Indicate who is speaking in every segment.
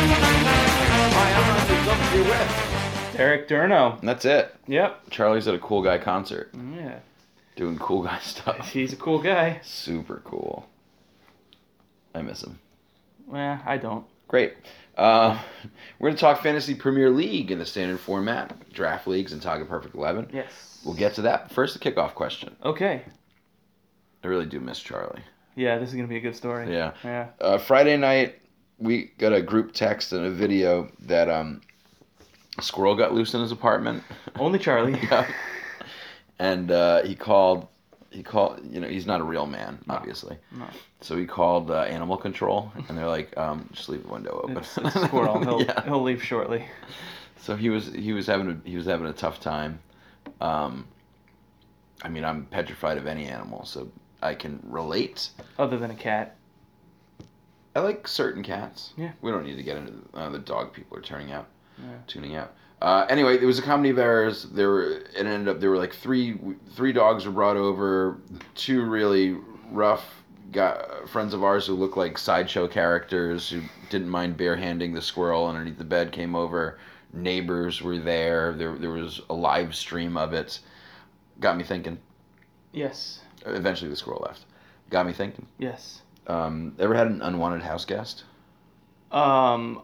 Speaker 1: Hi, I'm Rocky. Love to be with.
Speaker 2: Derek Durno.
Speaker 1: And that's it.
Speaker 2: Yep.
Speaker 1: Charlie's at a cool guy concert,
Speaker 2: Yeah.
Speaker 1: doing cool guy stuff.
Speaker 2: He's a cool guy.
Speaker 1: Super cool. I miss him.
Speaker 2: Well, I don't.
Speaker 1: Great. Uh, we're gonna talk fantasy Premier League in the standard format, draft leagues, and talk a perfect eleven.
Speaker 2: Yes.
Speaker 1: We'll get to that. First, the kickoff question.
Speaker 2: Okay.
Speaker 1: I really do miss Charlie.
Speaker 2: Yeah, this is gonna be a good story.
Speaker 1: Yeah.
Speaker 2: Yeah.
Speaker 1: uh, Friday night, we got a group text and a video that um, a squirrel got loose in his apartment.
Speaker 2: Only Charlie.
Speaker 1: Yeah. And uh, he called. He called. You know, he's not a real man, obviously.
Speaker 2: no.
Speaker 1: So he called uh, animal control, and they're like, um, "Just leave the window open."
Speaker 2: It's, it's a squirrel. He'll,
Speaker 1: yeah.
Speaker 2: he'll leave shortly.
Speaker 1: So he was he was having a, he was having a tough time. Um, I mean, I'm petrified of any animal, so I can relate.
Speaker 2: Other than a cat.
Speaker 1: I like certain cats.
Speaker 2: Yeah.
Speaker 1: We don't need to get into the, uh, the dog people are turning out,
Speaker 2: Yeah.
Speaker 1: tuning out. Uh, anyway, there was a comedy of errors. There were it ended up there were like three three dogs were brought over, two really rough guy, friends of ours who looked like sideshow characters who didn't mind barehanding the squirrel underneath the bed came over. Neighbors were there. There there was a live stream of it. Got me thinking.
Speaker 2: Yes.
Speaker 1: Eventually, the squirrel left. Got me thinking.
Speaker 2: Yes.
Speaker 1: Um, ever had an unwanted house guest?
Speaker 2: Um,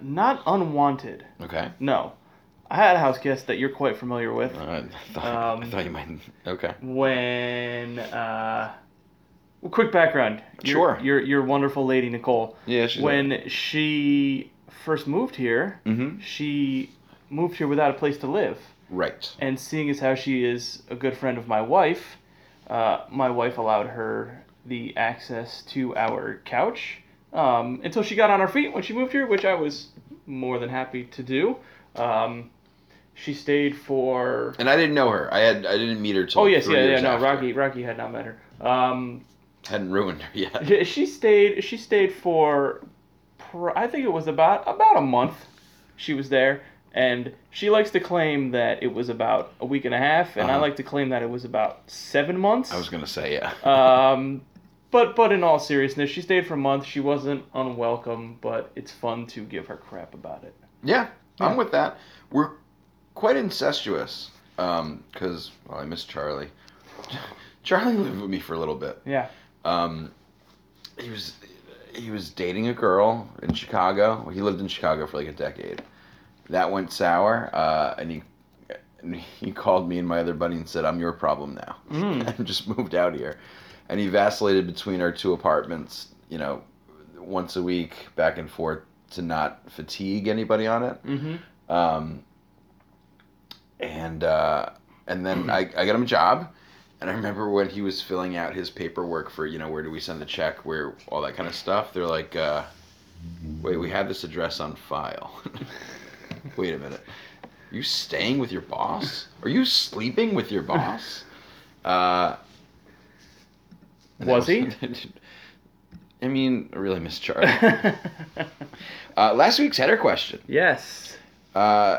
Speaker 2: not unwanted.
Speaker 1: Okay.
Speaker 2: No. I had a house guest that you're quite familiar with.
Speaker 1: Uh, I, thought, I
Speaker 2: Um,
Speaker 1: thought you might. Okay.
Speaker 2: When uh, well, quick background. Your-
Speaker 1: Sure.
Speaker 2: Your your wonderful lady Nicole.
Speaker 1: Yeah.
Speaker 2: when she first moved here,
Speaker 1: hmm
Speaker 2: she moved here without a place to live.
Speaker 1: Right.
Speaker 2: And seeing as how she is a good friend of my wife, uh, my wife allowed her the access to our couch um, until she got on her feet when she moved here, which I was more than happy to do. Um, she stayed for.
Speaker 1: And I didn't know her. I had. I didn't meet her till.
Speaker 2: Oh yes,
Speaker 1: three
Speaker 2: yeah, yeah,
Speaker 1: years
Speaker 2: no,
Speaker 1: after.
Speaker 2: Rocky, Rocky had not met her. Um,
Speaker 1: hadn't ruined her yet.
Speaker 2: she- she stayed. She stayed for, pr- I think it was about about a month. She was there, and she likes to claim that it was about a week and a half, and I
Speaker 1: Uh-huh.
Speaker 2: like to claim that it was about seven months.
Speaker 1: I was gonna say yeah.
Speaker 2: um, but but in all seriousness, she stayed for a month. She wasn't unwelcome, but it's fun to give her crap about it.
Speaker 1: yeah,
Speaker 2: yeah.
Speaker 1: I'm with that. We're quite incestuous. Um, cause well, I miss Charlie. Charlie lived with me for a little bit.
Speaker 2: Yeah,
Speaker 1: Um, he was he was dating a girl in Chicago. He lived in Chicago for like a decade. That went sour, uh, and he and he called me and my other buddy and said, "I'm your problem now.
Speaker 2: Mm.
Speaker 1: I just moved out here." And he vacillated between our two apartments, you know, once a week, back and forth, to not fatigue anybody on it
Speaker 2: mm-hmm.
Speaker 1: um, and uh, and then I, I got him a job and i remember when he was filling out his paperwork for you know where do we send the check where all that kind of stuff they're like uh, wait we had this address on file wait a minute you staying with your boss are you sleeping with your boss uh, and that
Speaker 2: Was he?
Speaker 1: i mean i really miss charlie uh, last week's header question
Speaker 2: yes,
Speaker 1: uh,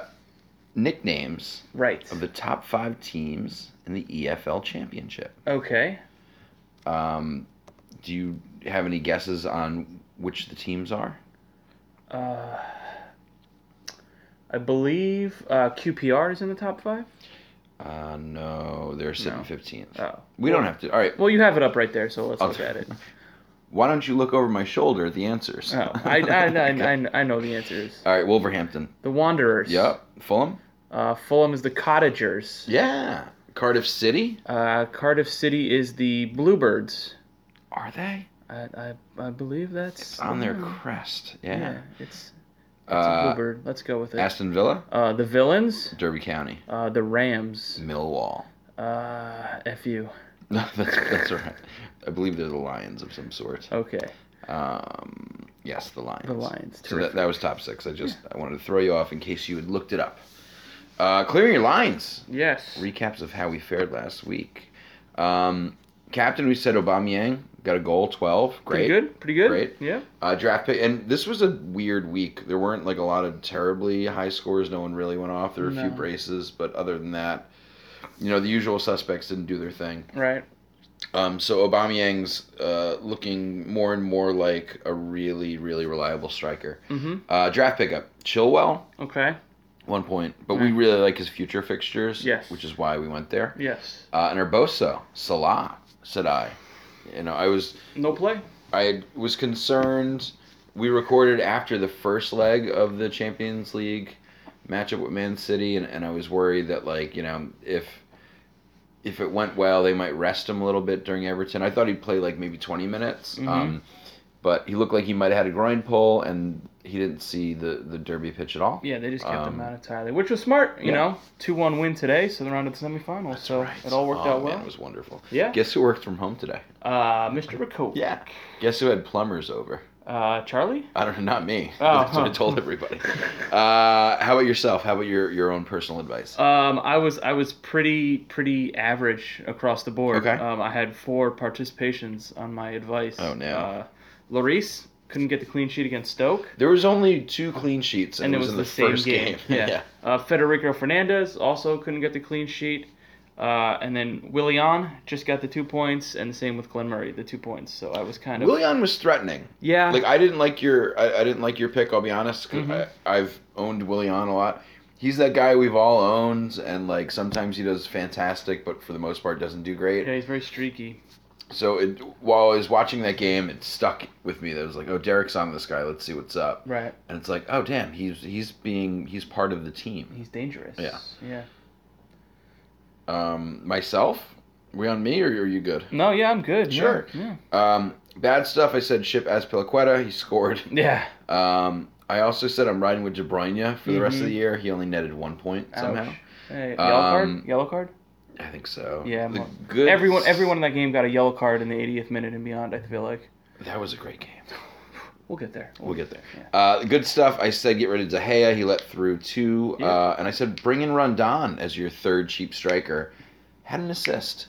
Speaker 1: nicknames
Speaker 2: right.
Speaker 1: of the top five teams in the EFL Championship.
Speaker 2: Okay.
Speaker 1: Um, do you have any guesses on which the teams are?
Speaker 2: Uh, I believe uh, QPR is in the top five.
Speaker 1: Uh, no, they're sitting
Speaker 2: No.
Speaker 1: fifteenth.
Speaker 2: Oh,
Speaker 1: we don't have to. All right,
Speaker 2: Well, you have it up right there, so let's
Speaker 1: I'll-
Speaker 2: look at it.
Speaker 1: why don't you look over my shoulder at the answers?
Speaker 2: Oh, I, I, I, I, I know the answers.
Speaker 1: All right, Wolverhampton.
Speaker 2: The Wanderers.
Speaker 1: Yep. Fulham.
Speaker 2: Uh, Fulham is the Cottagers.
Speaker 1: Yeah. Cardiff City.
Speaker 2: Uh, Cardiff City is the Bluebirds.
Speaker 1: Are they?
Speaker 2: I, I, I believe that's
Speaker 1: It's on their crest.
Speaker 2: Yeah.
Speaker 1: Yeah.
Speaker 2: it's It's a
Speaker 1: Uh,
Speaker 2: bluebird. Let's go with it.
Speaker 1: Aston Villa,
Speaker 2: Uh, the villains,
Speaker 1: Derby County,
Speaker 2: uh, the Rams.
Speaker 1: Millwall.
Speaker 2: Uh, F you.
Speaker 1: No, that's, that's all right. I believe they're the Lions of some sort.
Speaker 2: Okay.
Speaker 1: Um, yes, the Lions.
Speaker 2: The Lions.
Speaker 1: So that, that was top six. I just I wanted to throw you off in case you had looked it up. Uh, clearing your lines.
Speaker 2: yes.
Speaker 1: Recaps of how we fared last week. Um, captain, we said Aubameyang got a goal, twelve.
Speaker 2: Pretty
Speaker 1: Great.
Speaker 2: good. Pretty good.
Speaker 1: Great.
Speaker 2: Yeah.
Speaker 1: Uh, draft pick, and this was a weird week. There weren't like a lot of terribly high scores. No one really went off. There were a few
Speaker 2: No.
Speaker 1: braces, but other than that, you know, the usual suspects didn't do their thing.
Speaker 2: Right.
Speaker 1: Um, so Aubameyang's uh, looking more and more like a really, really reliable striker.
Speaker 2: Mm-hmm.
Speaker 1: Uh, draft pickup, Chilwell,
Speaker 2: Okay.
Speaker 1: one point, but we
Speaker 2: Mm.
Speaker 1: really like his future fixtures.
Speaker 2: Yes.
Speaker 1: which is why we went there.
Speaker 2: Yes.
Speaker 1: Uh, and Urboso, Salah, said I. You know, I was
Speaker 2: No play.
Speaker 1: I was concerned. We recorded after the first leg of the Champions League matchup with Man City, and, and I was worried that like you know if if it went well, they might rest him a little bit during Everton. I thought he'd play like maybe twenty minutes,
Speaker 2: Mm-hmm.
Speaker 1: um, but he looked like he might have had a groin pull, and he didn't see the the derby pitch at all.
Speaker 2: Yeah, they just kept
Speaker 1: Um,
Speaker 2: him out entirely, which was smart. You
Speaker 1: yeah.
Speaker 2: know, two-one win today, so they're on to the semifinals. So it all worked
Speaker 1: Oh,
Speaker 2: out well.
Speaker 1: Man, it was wonderful.
Speaker 2: Yeah.
Speaker 1: Guess who worked from home today?
Speaker 2: Uh, Mr. Rakovic.
Speaker 1: Yeah. Guess who had plumbers over?
Speaker 2: Uh, Charlie.
Speaker 1: I don't know, not me.
Speaker 2: Oh,
Speaker 1: That's what I
Speaker 2: huh.
Speaker 1: told everybody. Uh, how about yourself? How about your, your own personal advice?
Speaker 2: Um, I was I was pretty pretty average across the board.
Speaker 1: Okay.
Speaker 2: Um, I had four participations on my advice.
Speaker 1: Oh, no.
Speaker 2: Uh, Lloris couldn't get the clean sheet against Stoke,
Speaker 1: there was only two clean sheets, and,
Speaker 2: and
Speaker 1: it was,
Speaker 2: the,
Speaker 1: in the,
Speaker 2: same
Speaker 1: first
Speaker 2: game.
Speaker 1: game.
Speaker 2: Yeah. Uh, Federico Fernandez also couldn't get the clean sheet, uh, and then Willian just got the two points, and the same with Glenn Murray, the two points. So I was kind of
Speaker 1: Willian was threatening.
Speaker 2: yeah.
Speaker 1: Like I didn't like your I, I didn't like your pick. I'll be honest. 'cause
Speaker 2: Mhm.
Speaker 1: I, I've owned Willian a lot. He's that guy we've all owned, and like sometimes he does fantastic, but for the most part doesn't do great.
Speaker 2: yeah, he's very streaky.
Speaker 1: So it, while I was watching that game, it stuck with me. That it was like, oh, Derek's on this guy. Let's see what's up.
Speaker 2: Right.
Speaker 1: And it's like, oh damn, he's he's being he's part of the team.
Speaker 2: He's dangerous.
Speaker 1: Yeah.
Speaker 2: Yeah.
Speaker 1: Um, myself, we on me or are you good?
Speaker 2: No. Yeah. I'm good. yeah,
Speaker 1: Sure.
Speaker 2: Yeah.
Speaker 1: Um, bad stuff. I said ship Aspilaqueta. He scored.
Speaker 2: Yeah.
Speaker 1: Um, I also said I'm riding with De Bruyne for the rest of
Speaker 2: Mhm.
Speaker 1: the year. He only netted one point somehow.
Speaker 2: Ouch. Hey, yellow
Speaker 1: Um,
Speaker 2: card. Yellow card.
Speaker 1: I think so.
Speaker 2: Yeah,
Speaker 1: The
Speaker 2: mo-
Speaker 1: good.
Speaker 2: Everyone, everyone in that game got a yellow card in the 80th minute and beyond. I feel like
Speaker 1: That was a great game.
Speaker 2: we'll get there.
Speaker 1: We'll get there. Uh, the good stuff. I said get rid of De Gea. He let through two.
Speaker 2: Yeah.
Speaker 1: Uh, and I said bring in Rondon as your third cheap striker. Had an assist.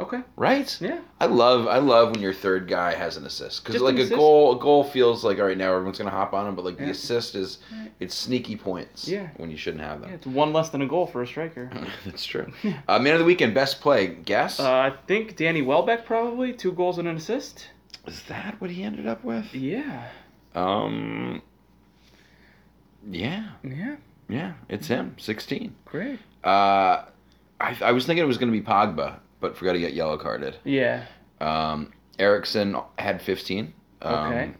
Speaker 2: Okay.
Speaker 1: Right.
Speaker 2: Yeah.
Speaker 1: I love I love when your third guy has an assist because
Speaker 2: Just
Speaker 1: like
Speaker 2: an
Speaker 1: a
Speaker 2: assist.
Speaker 1: goal a goal feels like all right now everyone's gonna hop on him but like the
Speaker 2: Yeah.
Speaker 1: assist is
Speaker 2: Right.
Speaker 1: it's sneaky points
Speaker 2: Yeah.
Speaker 1: when you shouldn't have
Speaker 2: yeah.
Speaker 1: them.
Speaker 2: It's one less than a goal for a striker.
Speaker 1: That's true. Uh, man of the weekend best play guess
Speaker 2: Uh, I think Danny Welbeck probably two goals and an assist.
Speaker 1: is that what he ended up with?
Speaker 2: Yeah.
Speaker 1: Um. Yeah,
Speaker 2: Yeah.
Speaker 1: yeah, it's
Speaker 2: Mm-hmm.
Speaker 1: him. Sixteen.
Speaker 2: Great.
Speaker 1: Uh, I I was thinking it was gonna be Pogba but forgot to get yellow carded.
Speaker 2: Yeah.
Speaker 1: Um, Erickson had 15. Um,
Speaker 2: Okay.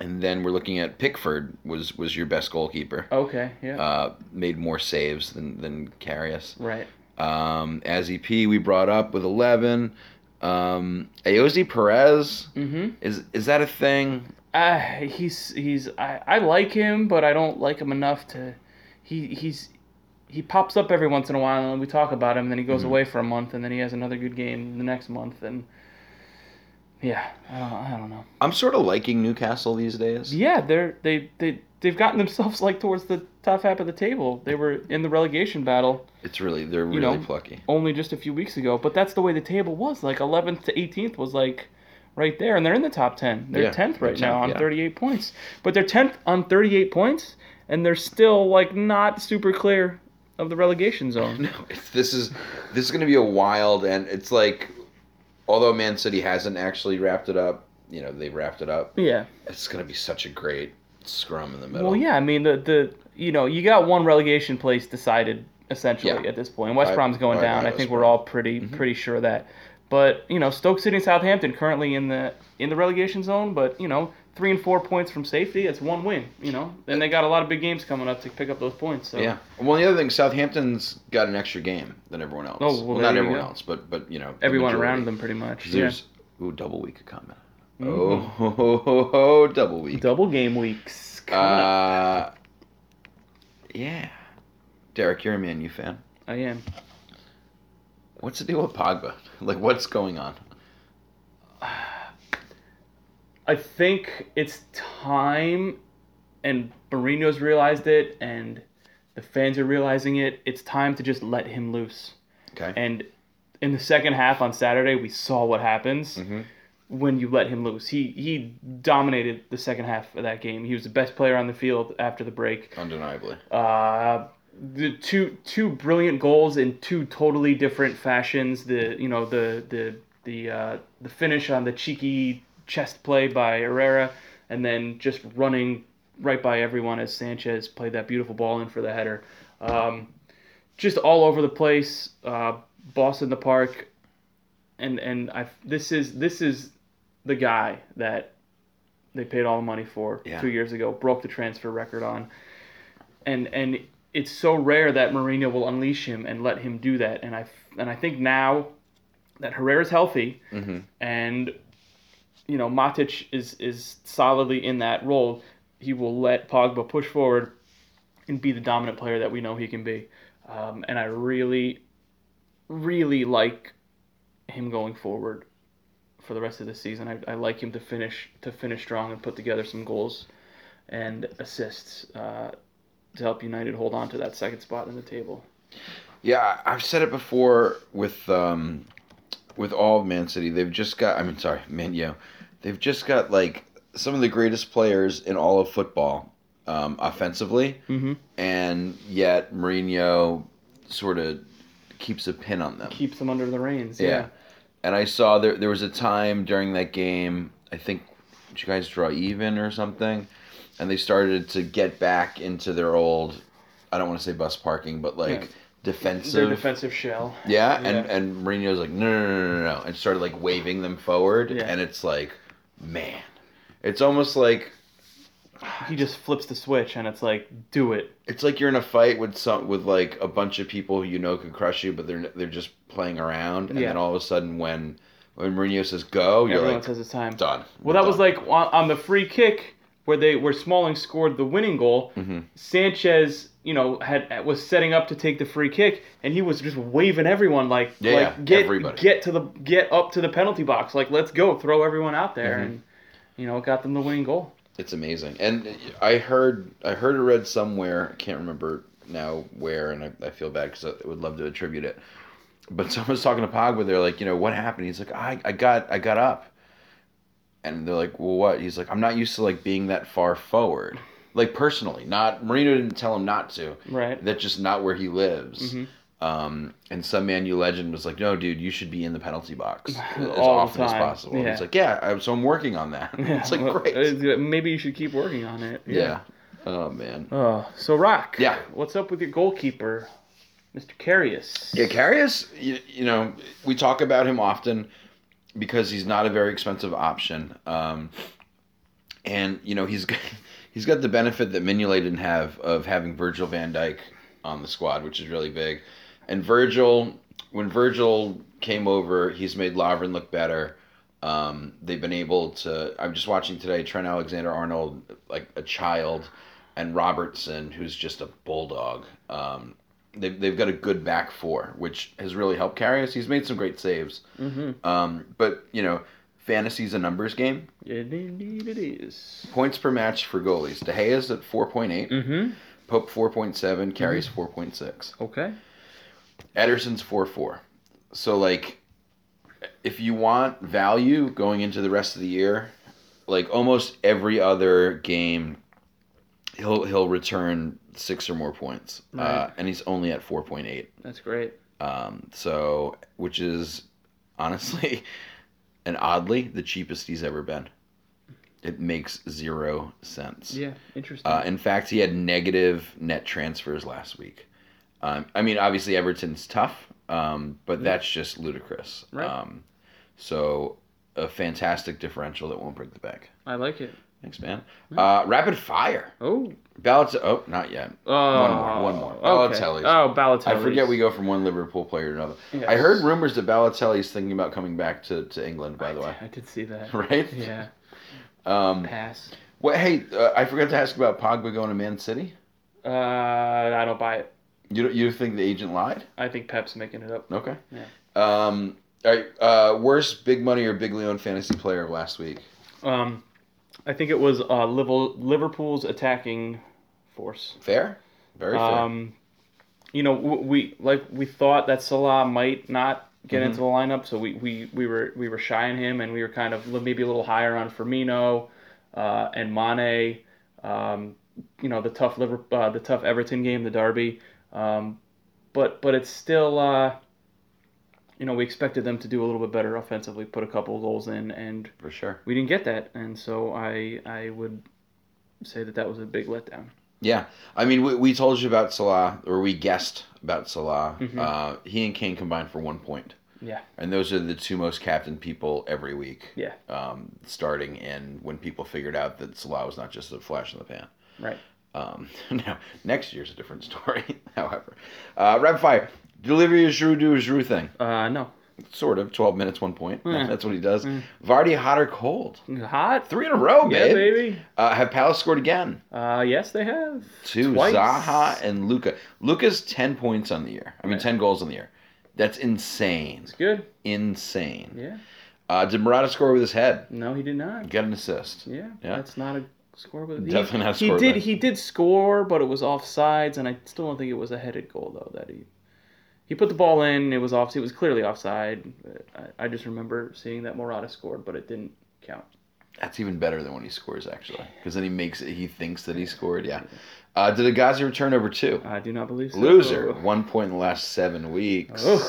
Speaker 1: And then we're looking at Pickford was was your best goalkeeper.
Speaker 2: Okay. Yeah.
Speaker 1: Uh, made more saves than than Karius.
Speaker 2: right.
Speaker 1: Um, Azzy P we brought up with 11. Um, Ayoze Perez
Speaker 2: Mm-hmm.
Speaker 1: is is that a thing?
Speaker 2: Uh, he's he's I, I like him, but I don't like him enough to. He he's he pops up every once in a while, and we talk about him. And then he goes away for a month, and then he has another good game the next month, and yeah, I don't, I don't know.
Speaker 1: I'm sort of liking Newcastle these days.
Speaker 2: Yeah, they're they they they've gotten themselves like towards the top half of the table. They were in the relegation battle
Speaker 1: It's really they're really
Speaker 2: You know.
Speaker 1: plucky.
Speaker 2: only just a few weeks ago, but that's the way the table was. Like 11th to 18th was like right there, and they're in the top 10. They're
Speaker 1: Yeah,
Speaker 2: 10th
Speaker 1: they're
Speaker 2: right now
Speaker 1: 10th,
Speaker 2: on
Speaker 1: yeah.
Speaker 2: 38 points, but they're 10th on 38 points, and they're still like not super clear of the relegation zone.
Speaker 1: No, it's, this is this is going to be a wild and it's like although Man City hasn't actually wrapped it up, you know, they've wrapped it up.
Speaker 2: Yeah.
Speaker 1: It's gonna be such a great scrum in the middle.
Speaker 2: Well, yeah. I mean, the the you know you got one relegation place decided essentially
Speaker 1: Yeah.
Speaker 2: at this point. West
Speaker 1: I-
Speaker 2: Brom's going
Speaker 1: I-
Speaker 2: down.
Speaker 1: I
Speaker 2: I think
Speaker 1: was-
Speaker 2: we're all pretty
Speaker 1: Mm-hmm.
Speaker 2: pretty sure of that. But you know, Stoke City and Southampton currently in the in the relegation zone. But you know, three and four points from safety. It's one win. You know, and they got a lot of big games coming up to pick up those points. So
Speaker 1: Yeah. Well, the other thing, Southampton's got an extra game than everyone else.
Speaker 2: Oh, well,
Speaker 1: well,
Speaker 2: there
Speaker 1: not
Speaker 2: you
Speaker 1: everyone
Speaker 2: go.
Speaker 1: else, but but you know, the
Speaker 2: everyone
Speaker 1: majority.
Speaker 2: around them pretty much.
Speaker 1: 'Cause
Speaker 2: Yeah. Mm-hmm.
Speaker 1: There's ooh double week of comment. Oh, ho, ho, ho, ho, double week.
Speaker 2: Double game weeks. coming up.
Speaker 1: Uh, yeah. Derek, you're a Man U fan.
Speaker 2: I am.
Speaker 1: What's the deal with Pogba? Like, what's going on?
Speaker 2: I think it's time, and Mourinho's realized it, and the fans are realizing it. It's time to just let him loose.
Speaker 1: Okay.
Speaker 2: And in the second half on Saturday, we saw what happens
Speaker 1: Mhm.
Speaker 2: when you let him loose. He he dominated the second half of that game. He was the best player on the field after the break.
Speaker 1: Undeniably.
Speaker 2: Uh, the two two brilliant goals in two totally different fashions. The you know the the the uh, the finish on the cheeky chest play by Herrera, and then just running right by everyone as Sanchez played that beautiful ball in for the header. Um, just all over the place. Uh, Boston the park, and and I this is this is the guy that they paid all the money for
Speaker 1: Yeah.
Speaker 2: two years ago. Broke the transfer record on and and it's so rare that Mourinho will unleash him and let him do that. And I and I think now that Herrera's healthy
Speaker 1: Mhm.
Speaker 2: and you know Matic is is solidly in that role, he will let Pogba push forward and be the dominant player that we know he can be. Um, and I really, really like him going forward for the rest of the season. I, I like him to finish to finish strong and put together some goals and assists. Uh, to help United hold on to that second spot in the table.
Speaker 1: Yeah, I- I've said it before with um, with all of Man City. They've just got. I mean, sorry, Man U. They've just got like some of the greatest players in all of football, um, offensively,
Speaker 2: Mm-hmm.
Speaker 1: and yet Mourinho sort of keeps a pin on them.
Speaker 2: Keeps them under the reins.
Speaker 1: Yeah.
Speaker 2: Yeah.
Speaker 1: And I saw there there was a time during that game, I think did you guys draw even or something? And they started to get back into their old I don't want to say bus parking, but like
Speaker 2: Yeah. Their
Speaker 1: defensive.
Speaker 2: defensive shell.
Speaker 1: yeah, and
Speaker 2: Yeah.
Speaker 1: and Mourinho's like no no no no no and started like waving them forward
Speaker 2: Yeah.
Speaker 1: and it's like man. It's almost like
Speaker 2: He just flips the switch and it's like, do it.
Speaker 1: it's like you're in a fight with some with like a bunch of people who you know could crush you, but they're they're just playing around, and
Speaker 2: Yeah.
Speaker 1: then all of a sudden when when Mourinho says go, you're
Speaker 2: Everyone
Speaker 1: like
Speaker 2: says it's time.
Speaker 1: done.
Speaker 2: Well, that
Speaker 1: Done.
Speaker 2: was like on, on the free kick where they where Smalling scored the winning goal.
Speaker 1: Mm-hmm.
Speaker 2: Sanchez, you know, had was setting up to take the free kick, and he was just waving everyone like,
Speaker 1: Yeah,
Speaker 2: like
Speaker 1: yeah,
Speaker 2: get
Speaker 1: everybody.
Speaker 2: get to the get up to the penalty box, like let's go, throw everyone out there,
Speaker 1: Mm-hmm.
Speaker 2: and you know, got them the winning goal.
Speaker 1: It's amazing, and I heard I heard or read somewhere I can't remember now where, and I, I feel bad because I would love to attribute it, but someone's talking to Pogba. They're like, you know, what happened? He's like, I, I got I got up, and they're like, well, what? He's like, I'm not used to like being that far forward, like personally. Not Marino didn't tell him not to.
Speaker 2: Right.
Speaker 1: That's just not where he lives.
Speaker 2: Mhm.
Speaker 1: Um, and some Man U legend was like, no, dude, you should be in the penalty box
Speaker 2: All
Speaker 1: as
Speaker 2: the
Speaker 1: often as
Speaker 2: time.
Speaker 1: possible. And
Speaker 2: Yeah.
Speaker 1: he's like, yeah, I, so I'm working on that. it's like
Speaker 2: well,
Speaker 1: great.
Speaker 2: uh, Maybe you should keep working on it.
Speaker 1: Yeah. Oh man.
Speaker 2: Uh, so Rock.
Speaker 1: Yeah.
Speaker 2: What's up with your goalkeeper, Mr. Carius?
Speaker 1: Yeah, Karius, you, you know, we talk about him often because he's not a very expensive option. Um, and you know, he's got, he's got the benefit that Mignolet didn't have of having Virgil van Dijk on the squad, which is really big. And Virgil, when Virgil came over, he's made Lovren look better. Um, they've been able to. I'm just watching today Trent Alexander Arnold, like a child, and Robertson, who's just a bulldog. Um, they've, they've got a good back four, which has really helped carry us. He's made some great saves.
Speaker 2: Mm-hmm.
Speaker 1: Um, but, you know, fantasy's a numbers game.
Speaker 2: It indeed it is.
Speaker 1: Points per match for goalies. De Gea's at 4.8,
Speaker 2: Mm-hmm.
Speaker 1: Pope 4.7, carries 4.6.
Speaker 2: Okay.
Speaker 1: Ederson's 4 4. So, like, if you want value going into the rest of the year, like almost every other game, he'll he'll return six or more points, uh,
Speaker 2: Right.
Speaker 1: and he's only at four point eight.
Speaker 2: That's great.
Speaker 1: Um, so, which is honestly and oddly the cheapest he's ever been. It makes zero sense.
Speaker 2: Yeah. Interesting.
Speaker 1: Uh, in fact, he had negative net transfers last week. Um, I mean, obviously Everton's tough, um, but that's just ludicrous.
Speaker 2: Right.
Speaker 1: Um, so, a fantastic differential that won't break the bank.
Speaker 2: I like it.
Speaker 1: Thanks, man.
Speaker 2: Mm-hmm.
Speaker 1: Uh, rapid fire.
Speaker 3: Oh.
Speaker 1: Ballots. Oh, not yet.
Speaker 3: Oh.
Speaker 1: One more, one more.
Speaker 3: Okay.
Speaker 1: Balotelli's.
Speaker 3: Oh, Balotelli's.
Speaker 1: I forget we go from one Liverpool player to another. I heard rumors that Balotelli's thinking about coming back to, to England. By the way,
Speaker 3: I did see that.
Speaker 1: right?
Speaker 3: Yeah.
Speaker 1: Um.
Speaker 3: Pass.
Speaker 1: Well, hey, uh, I forgot to ask about Pogba going to Man City.
Speaker 3: Uh, I don't buy it.
Speaker 1: You don't- you think the agent lied?
Speaker 3: I think Pep's making it up.
Speaker 1: Okay.
Speaker 3: Yeah.
Speaker 1: Um. All right. Uh, worst big money or big Leon fantasy player of last week.
Speaker 2: Um, I think it was uh, Liver- Liverpool's attacking force.
Speaker 1: Fair. Very fair.
Speaker 2: Um, you know, w- we like we thought that Salah might not get into the lineup, so we, we, we were we were shy on him, and we were kind of li- maybe a little higher on Firmino uh, and Mane. Um, you know, the tough Liver- uh, the tough Everton game, the derby. Um, but but it's still. Uh, you know, we expected them to do a little bit better offensively, put a couple of goals in, and
Speaker 1: for sure.
Speaker 2: we didn't get that, and so I I would say that that was a big letdown.
Speaker 1: Yeah. I mean, we, we told you about Salah, or we guessed about Salah.
Speaker 3: Mm-hmm.
Speaker 1: Uh, he and Kane combined for one point.
Speaker 2: Yeah.
Speaker 1: And those are the two most captained people every week.
Speaker 2: Yeah.
Speaker 1: Um, starting and when people figured out that Salah was not just a flash in the pan.
Speaker 2: Right.
Speaker 1: Um, now, next year's a different story, however. Uh, rapid fire. Deliver your Giroud do a Giroud thing.
Speaker 2: Uh, no.
Speaker 1: Sort of. 12 minutes, one point.
Speaker 2: Yeah.
Speaker 1: That's what he does. Vardy, hot or cold?
Speaker 2: Hot.
Speaker 1: Three in a row, babe.
Speaker 2: Yeah, baby.
Speaker 1: Uh, have Palace scored again?
Speaker 2: Uh, yes, they have.
Speaker 1: Two
Speaker 2: Twice.
Speaker 1: Zaha and Luca. Luca's ten points on the year. I mean,
Speaker 2: Right.
Speaker 1: ten goals on the year. That's insane.
Speaker 2: It's good.
Speaker 1: Insane.
Speaker 2: Yeah.
Speaker 1: Uh, did Murata score with his head?
Speaker 2: No, he did not.
Speaker 1: Get an assist.
Speaker 2: Yeah.
Speaker 1: Yeah.
Speaker 2: That's not a score. But he,
Speaker 1: Definitely not
Speaker 2: he
Speaker 1: score
Speaker 2: did.
Speaker 1: there.
Speaker 2: He did score, but it was offsides, and I still don't think it was a headed goal though. That he he put the ball in. It was off. It was clearly offside. I, I just remember seeing that Morata scored, but it didn't count.
Speaker 1: That's even better than when he scores actually, because then he makes it. He thinks that he scored. Yeah. Uh, did Agazi return over two?
Speaker 2: I do not believe so. Oh.
Speaker 1: Loser. One point in the last seven weeks.
Speaker 2: Ugh.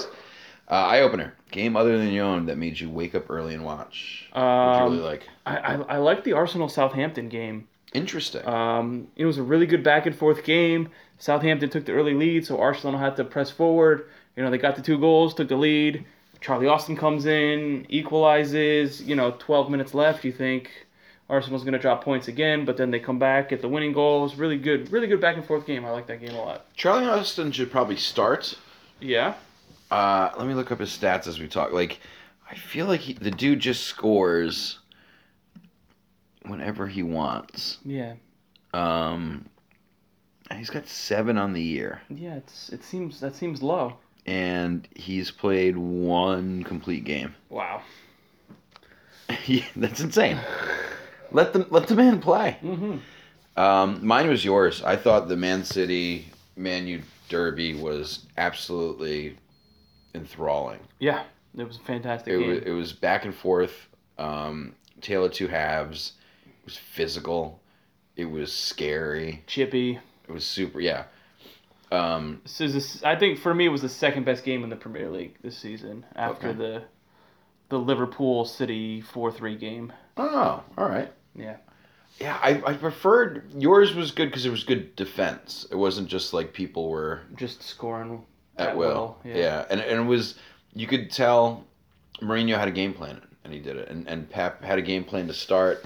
Speaker 1: Uh, eye opener. Game other than your own that made you wake up early and watch. What'd you
Speaker 2: Um,
Speaker 1: really like.
Speaker 2: I, I, I like the Arsenal Southampton game.
Speaker 1: Interesting.
Speaker 2: Um, it was a really good back and forth game. Southampton took the early lead, so Arsenal had to press forward. You know, they got the two goals, took the lead. Charlie Austin comes in, equalizes. You know, 12 minutes left. You think Arsenal's going to drop points again, but then they come back, get the winning goal. It's really good, really good back and forth game. I like that game a lot.
Speaker 1: Charlie Austin should probably start.
Speaker 2: Yeah.
Speaker 1: Uh, let me look up his stats as we talk. Like, I feel like he, the dude just scores whenever he wants.
Speaker 2: Yeah.
Speaker 1: Um, he's got seven on the year,
Speaker 2: Yeah. It's it seems that seems low.
Speaker 1: and he's played one complete game.
Speaker 2: Wow.
Speaker 1: Yeah, That's insane. Let the let the man play.
Speaker 2: Mm-hmm.
Speaker 1: Um, mine was yours. I thought the Man City Man U derby was absolutely enthralling.
Speaker 2: Yeah. It was a fantastic
Speaker 1: it
Speaker 2: game.
Speaker 1: was, it was back and forth um tale of two halves it was physical it was scary
Speaker 2: Chippy.
Speaker 1: it was super yeah um
Speaker 2: This is this- I think for me it was the second best game in the Premier League this season after
Speaker 1: Okay.
Speaker 2: the the Liverpool City four three game.
Speaker 1: oh all right
Speaker 2: Yeah.
Speaker 1: yeah i, I preferred yours was good because it was good defense it wasn't just like people were
Speaker 2: Just scoring
Speaker 1: at, will, Yeah. and and it was you could tell Mourinho had a game plan and he did it and and Pep had a game plan to start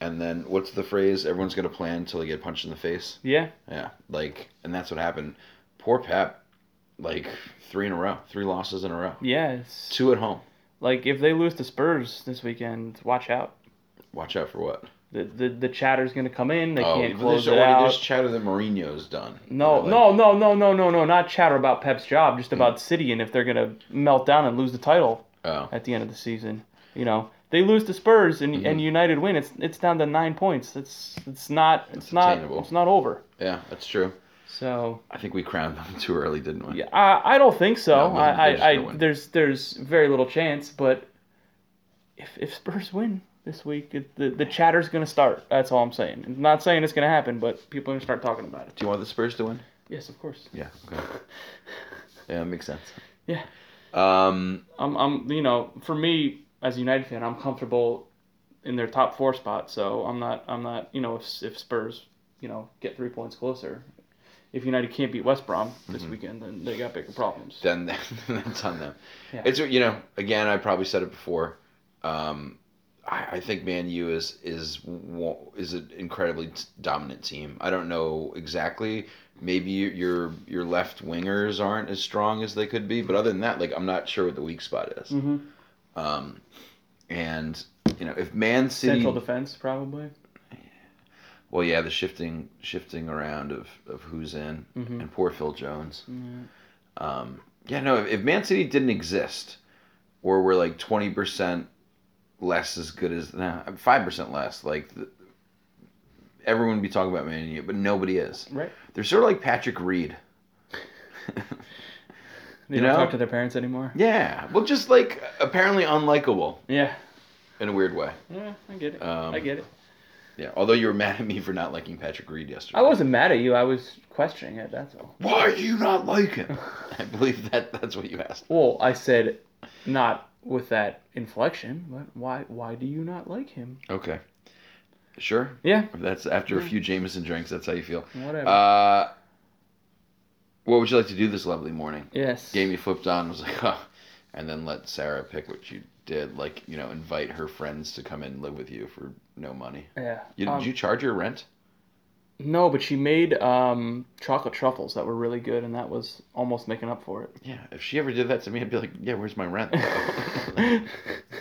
Speaker 1: and then what's the phrase everyone's got a plan until they get punched in the face
Speaker 2: Yeah.
Speaker 1: Yeah, like, and that's what happened. Poor Pep, like three in a row, three losses in a row,
Speaker 2: Yeah. It's
Speaker 1: two at home.
Speaker 2: like if they lose to Spurs this weekend, watch out.
Speaker 1: Watch out for what?
Speaker 2: The the, the chatter's gonna come in. They
Speaker 1: oh,
Speaker 2: can't
Speaker 1: but
Speaker 2: close
Speaker 1: there's
Speaker 2: it
Speaker 1: already
Speaker 2: out.
Speaker 1: there's chatter that Mourinho's done.
Speaker 2: No,
Speaker 1: You know,
Speaker 2: no, no, no, no, no, no, not chatter about Pep's job,
Speaker 1: Hmm.
Speaker 2: just about City and if they're gonna melt down and lose the title
Speaker 1: like,
Speaker 2: at the end of the season. You know, they lose to Spurs
Speaker 1: Mm-hmm.
Speaker 2: and, and United win. It's it's down to nine points. It's it's not it's
Speaker 1: It's
Speaker 2: not
Speaker 1: attainable.
Speaker 2: it's not over.
Speaker 1: oh, yeah, that's true.
Speaker 2: So
Speaker 1: I think we crowned them too early, didn't we?
Speaker 2: yeah, I, I don't think so.
Speaker 1: No, they're
Speaker 2: I,
Speaker 1: just
Speaker 2: I,
Speaker 1: gonna
Speaker 2: I
Speaker 1: win.
Speaker 2: there's there's very little chance, but if if Spurs win this week, it, the the chatter's gonna start. That's all I'm saying. I'm not saying it's gonna happen, but people are gonna start talking about it.
Speaker 1: Do you want the Spurs to win?
Speaker 2: Yes, of course.
Speaker 1: Yeah. Okay. yeah, makes sense.
Speaker 2: Yeah.
Speaker 1: Um,
Speaker 2: I'm I'm you know for me as a United fan, I'm comfortable in their top four spot. So I'm not I'm not you know if if Spurs you know get three points closer. If United can't beat West Brom this
Speaker 1: Mm-hmm.
Speaker 2: weekend, then they got bigger problems.
Speaker 1: then that's on them.
Speaker 2: Yeah.
Speaker 1: It's you know, again, I probably said it before. Um, I, I think Man U is is wo- is an incredibly t- dominant team. I don't know exactly. Maybe your your left wingers aren't as strong as they could be, but other than that, like I'm not sure what the weak spot is.
Speaker 4: Mm-hmm.
Speaker 1: Um, and you know if Man City
Speaker 2: Central defense, probably.
Speaker 1: Well, yeah, the shifting shifting around of, of who's in
Speaker 2: Mhm.
Speaker 1: and poor Phil Jones.
Speaker 2: Yeah.
Speaker 1: Um, yeah, no, if, if Man City didn't exist, or were like twenty percent less as good as now, five percent less, like the, everyone would be talking about Man U, but nobody is.
Speaker 2: Right.
Speaker 1: They're sort of like Patrick Reed.
Speaker 2: They
Speaker 1: You
Speaker 2: don't
Speaker 1: know?
Speaker 2: talk to their parents anymore.
Speaker 1: yeah, well, just like apparently unlikable
Speaker 2: Yeah.
Speaker 1: in a weird way.
Speaker 2: Yeah, I get it.
Speaker 1: Um,
Speaker 2: I get it.
Speaker 1: Yeah, although you were mad at me for not liking Patrick Reed yesterday.
Speaker 2: I wasn't mad at you. I was questioning it. That's all.
Speaker 1: Why do you not like him? I believe that that's what you asked.
Speaker 2: Well, I said, not with that inflection, but why? Why do you not like him?
Speaker 1: Okay. Sure.
Speaker 2: Yeah.
Speaker 1: If That's after a
Speaker 2: Yeah.
Speaker 1: few Jameson drinks. That's how you feel.
Speaker 2: Whatever.
Speaker 1: Uh, what would you like to do this lovely morning?
Speaker 2: yes.
Speaker 1: Game you flipped on was like, oh, and then let Sarah pick what you did. Like, you know, invite her friends to come in and live with you for no money.
Speaker 2: Yeah.
Speaker 1: You,
Speaker 2: Um,
Speaker 1: did you charge your rent?
Speaker 2: No, but she made um, chocolate truffles that were really good, and that was almost making up for
Speaker 1: Yeah. If she ever did that to me, I'd be like, yeah, where's my rent?
Speaker 2: it.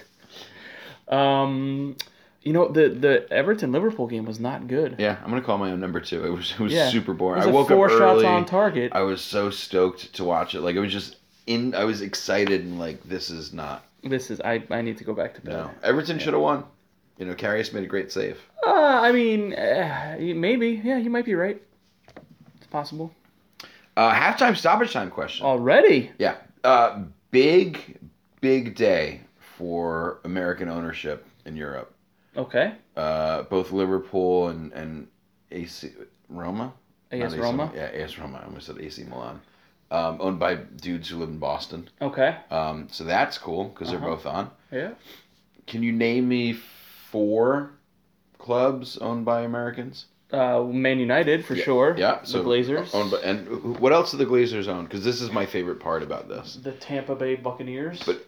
Speaker 2: um, you know the the Everton Liverpool game was not good.
Speaker 1: yeah, I'm gonna call my own number too. It was it was
Speaker 2: Yeah.
Speaker 1: super
Speaker 2: It
Speaker 1: boring.
Speaker 2: was
Speaker 1: I
Speaker 2: like
Speaker 1: woke
Speaker 2: four
Speaker 1: up
Speaker 2: shots
Speaker 1: early.
Speaker 2: on target.
Speaker 1: I was so stoked to watch it. Like I was just in. I was excited and like this is not.
Speaker 2: This is I, I need to go back to bed.
Speaker 1: No, Everton should have won. You know, Carius made a great save.
Speaker 2: Uh, I mean, uh, maybe. Yeah, you might be right. It's possible.
Speaker 1: Uh, halftime stoppage time question.
Speaker 2: Oh. Already?
Speaker 1: Yeah, uh, big big day for American ownership in Europe.
Speaker 2: Okay.
Speaker 1: Uh, both Liverpool and and AC Roma.
Speaker 2: I
Speaker 1: Not
Speaker 2: guess
Speaker 1: AC
Speaker 2: Roma.
Speaker 1: Yeah, AS Roma. I almost said AC Milan. Um, owned by dudes who live in Boston.
Speaker 2: Okay.
Speaker 1: Um, so that's cool because they're
Speaker 2: Uh-huh.
Speaker 1: both on.
Speaker 2: Yeah.
Speaker 1: Can you name me four clubs owned by Americans?
Speaker 2: Uh, Man United for sure.
Speaker 1: Yeah,
Speaker 2: the Blazers.
Speaker 1: Owned by, and who- what else do the Glazers own? Because this is my favorite part about this.
Speaker 2: the Tampa Bay Buccaneers.
Speaker 1: But-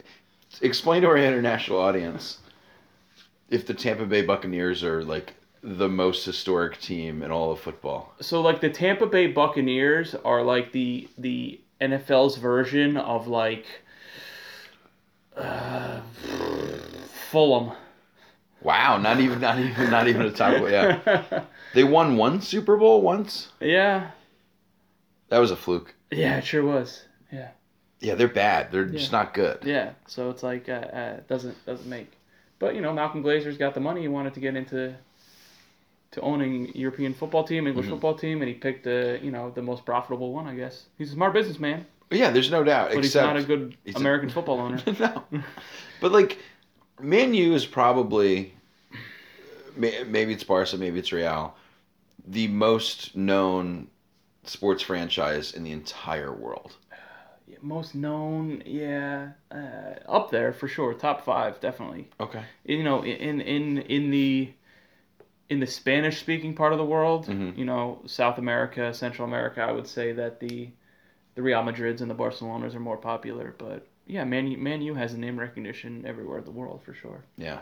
Speaker 1: Explain to our international audience if the Tampa Bay Buccaneers are like the most historic team in all of football.
Speaker 2: so like the Tampa Bay Buccaneers are like the the NFL's version of like uh, Fulham.
Speaker 1: Wow, not even not even not even a top. Yeah, they won one Super Bowl once.
Speaker 2: yeah.
Speaker 1: That was a fluke.
Speaker 2: Yeah, it sure was.
Speaker 1: Yeah, they're bad. They're just not good.
Speaker 2: Yeah. So it's like uh, uh, doesn't doesn't make. But you know, Malcolm Glazer's got the money. He wanted to get into to owning European football team, English
Speaker 1: Mhm.
Speaker 2: football team, and he picked the you know the most profitable one, I guess. He's a smart businessman,
Speaker 1: But yeah, there's no doubt.
Speaker 2: but he's
Speaker 1: except
Speaker 2: not a good
Speaker 1: he's a-
Speaker 2: American football owner.
Speaker 1: no. But like, Man U is probably may- maybe it's Barca, maybe it's Real, the most known sports franchise in the entire world.
Speaker 2: most known yeah uh, up there for sure top five definitely
Speaker 1: Okay.
Speaker 2: you know in in in the in the spanish speaking part of the world
Speaker 1: Mhm.
Speaker 2: you know south america central america i would say that the the real madrids and the barcelonas are more popular but yeah man U, man U has a name recognition everywhere in the world for sure
Speaker 1: Yeah.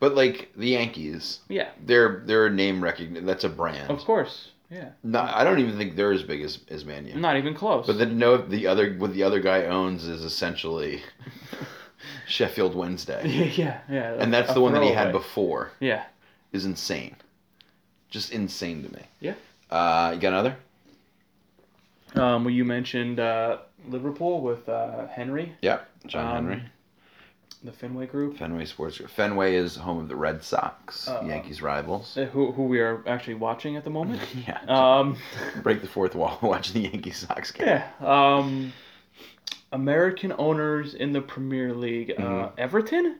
Speaker 1: But like the Yankees,
Speaker 2: yeah
Speaker 1: they're they're a name recognition. That's a brand.
Speaker 2: of course yeah
Speaker 1: No, I don't even think they're as big as as Man U.
Speaker 2: not even close
Speaker 1: But then no, the other what the other guy owns is essentially Sheffield Wednesday,
Speaker 2: yeah yeah yeah
Speaker 1: and that's
Speaker 2: a
Speaker 1: the one that he had
Speaker 2: throwaway.
Speaker 1: before.
Speaker 2: yeah
Speaker 1: is insane. Just insane to me.
Speaker 2: Yeah.
Speaker 1: Uh, you got another?
Speaker 2: um well you mentioned uh liverpool with uh henry
Speaker 1: Yeah. John
Speaker 2: Um,
Speaker 1: Henry.
Speaker 2: the finway group
Speaker 1: Fenway Sports Group. Fenway is home of the Red Sox,
Speaker 2: Uh,
Speaker 1: Yankees rivals.
Speaker 2: Uh, who, who we are actually watching at the moment.
Speaker 1: yeah.
Speaker 2: Um,
Speaker 1: Break the fourth wall watching the Yankees Sox game.
Speaker 2: yeah. Um, American owners in the Premier League. Uh,
Speaker 1: Mhm.
Speaker 2: Everton?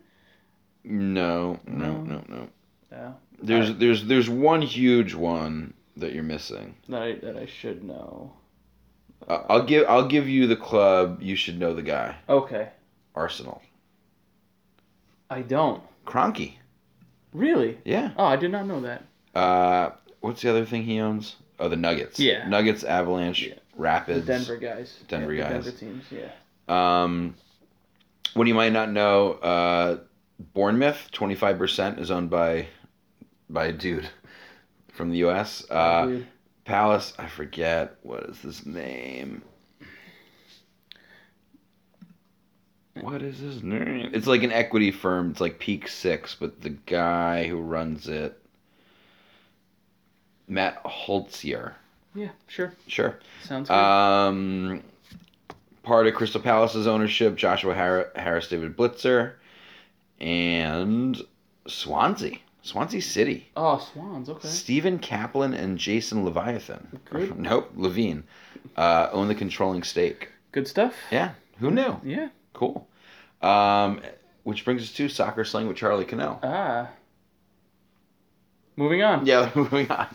Speaker 1: No, no,
Speaker 2: No.
Speaker 1: no, no.
Speaker 2: Yeah.
Speaker 1: There's there's there's one huge one that you're missing.
Speaker 2: That I, that I should know.
Speaker 1: Uh, I'll give I'll give you the club. You should know the guy.
Speaker 2: Okay.
Speaker 1: Arsenal.
Speaker 2: I don't.
Speaker 1: Cronky.
Speaker 2: Really?
Speaker 1: Yeah.
Speaker 2: Oh, I did not know that.
Speaker 1: Uh, what's the other thing he owns? Oh, the Nuggets.
Speaker 2: Yeah.
Speaker 1: Nuggets, Avalanche,
Speaker 2: Yeah. The
Speaker 1: Rapids.
Speaker 2: Denver guys.
Speaker 1: Denver
Speaker 2: yeah, the
Speaker 1: guys.
Speaker 2: Denver teams, yeah.
Speaker 1: Um, what you might not know, uh, Bournemouth, twenty five percent is owned by by a dude from the U.S. Uh,
Speaker 2: Dude.
Speaker 1: Palace, I forget what is his name. What is his name? It's like an equity firm. It's like Peak Six, but the guy who runs it, Matt Holtzier.
Speaker 2: Yeah, sure.
Speaker 1: Sure.
Speaker 2: Sounds good.
Speaker 1: Um, part of Crystal Palace's ownership, Joshua Har- Harris, David Blitzer, and Swansea, Swansea City.
Speaker 2: oh, Swans. Okay.
Speaker 1: Stephen Kaplan and Jason Leviathan.
Speaker 2: Good.
Speaker 1: Nope, Levine. Uh, own the controlling stake.
Speaker 2: Good stuff.
Speaker 1: Yeah, who knew?
Speaker 2: Yeah.
Speaker 1: Cool. Um, which brings us to Soccer Sling with Charlie Cannell.
Speaker 2: Ah. Moving on.
Speaker 1: Yeah, moving on.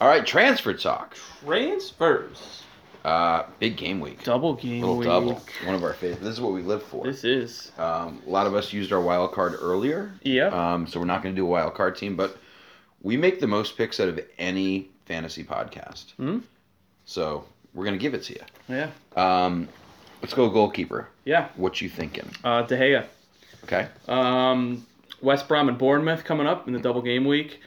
Speaker 1: All right, transfer talk.
Speaker 2: Transfers.
Speaker 1: Uh, big game week.
Speaker 2: Double game
Speaker 1: Little
Speaker 2: week.
Speaker 1: double. One of our favorites. This is what we live for.
Speaker 2: This is.
Speaker 1: Um, a lot of us used our wild card earlier,
Speaker 2: Yep.
Speaker 1: um, so we're not going to do a wild card team, but we make the most picks out of any fantasy podcast.
Speaker 2: Mhm.
Speaker 1: So we're going to give it to you.
Speaker 2: yeah.
Speaker 1: Um, let's go goalkeeper.
Speaker 2: Yeah.
Speaker 1: What you thinking?
Speaker 2: Uh, De Gea.
Speaker 1: Okay.
Speaker 2: Um, West Brom and Bournemouth coming up in the double game week.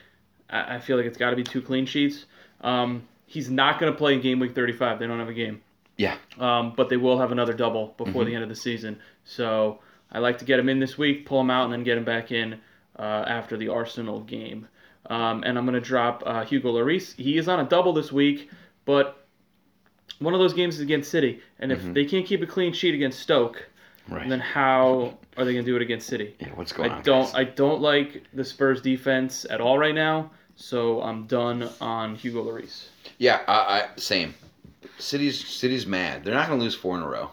Speaker 2: I, I feel like it's got to be two clean sheets. Um, he's not going to play in game week 35. They don't have a game.
Speaker 1: Yeah.
Speaker 2: Um, but they will have another double before the end of the season. So I like to get him in this week, pull him out, and then get him back in uh, after the Arsenal game. Um, and I'm going to drop uh, Hugo Lloris. He is on a double this week, but one of those games is against City. And if they can't keep a clean sheet against Stoke,
Speaker 1: Right.
Speaker 2: then how are they going to do it against City?
Speaker 1: yeah, what's going
Speaker 2: I
Speaker 1: on?
Speaker 2: don't.
Speaker 1: guys?
Speaker 2: I don't like the Spurs defense at all right now. So I'm done on Hugo Lloris.
Speaker 1: Yeah, I, I same. City's City's mad. They're not going to lose four in a row.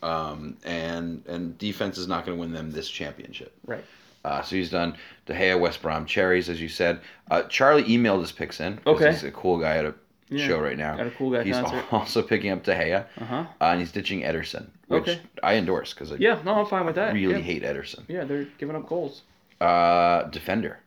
Speaker 1: Um, and and defense is not going to win them this championship.
Speaker 2: Right.
Speaker 1: Uh, so he's done De Gea, West Brom, Cherries, as you said. Uh, Charlie emailed his picks in. 'cause
Speaker 2: Okay.
Speaker 1: He's a cool guy at a
Speaker 2: Yeah.
Speaker 1: show right now.
Speaker 2: Got a cool guy
Speaker 1: He's
Speaker 2: concert.
Speaker 1: also picking up De Gea,
Speaker 2: Uh huh.
Speaker 1: uh, and he's ditching Ederson, which
Speaker 2: Okay.
Speaker 1: I endorse because I
Speaker 2: Yeah. No, I'm fine with that.
Speaker 1: really
Speaker 2: Yeah.
Speaker 1: hate Ederson.
Speaker 2: Yeah, they're giving up goals.
Speaker 1: Uh, defender.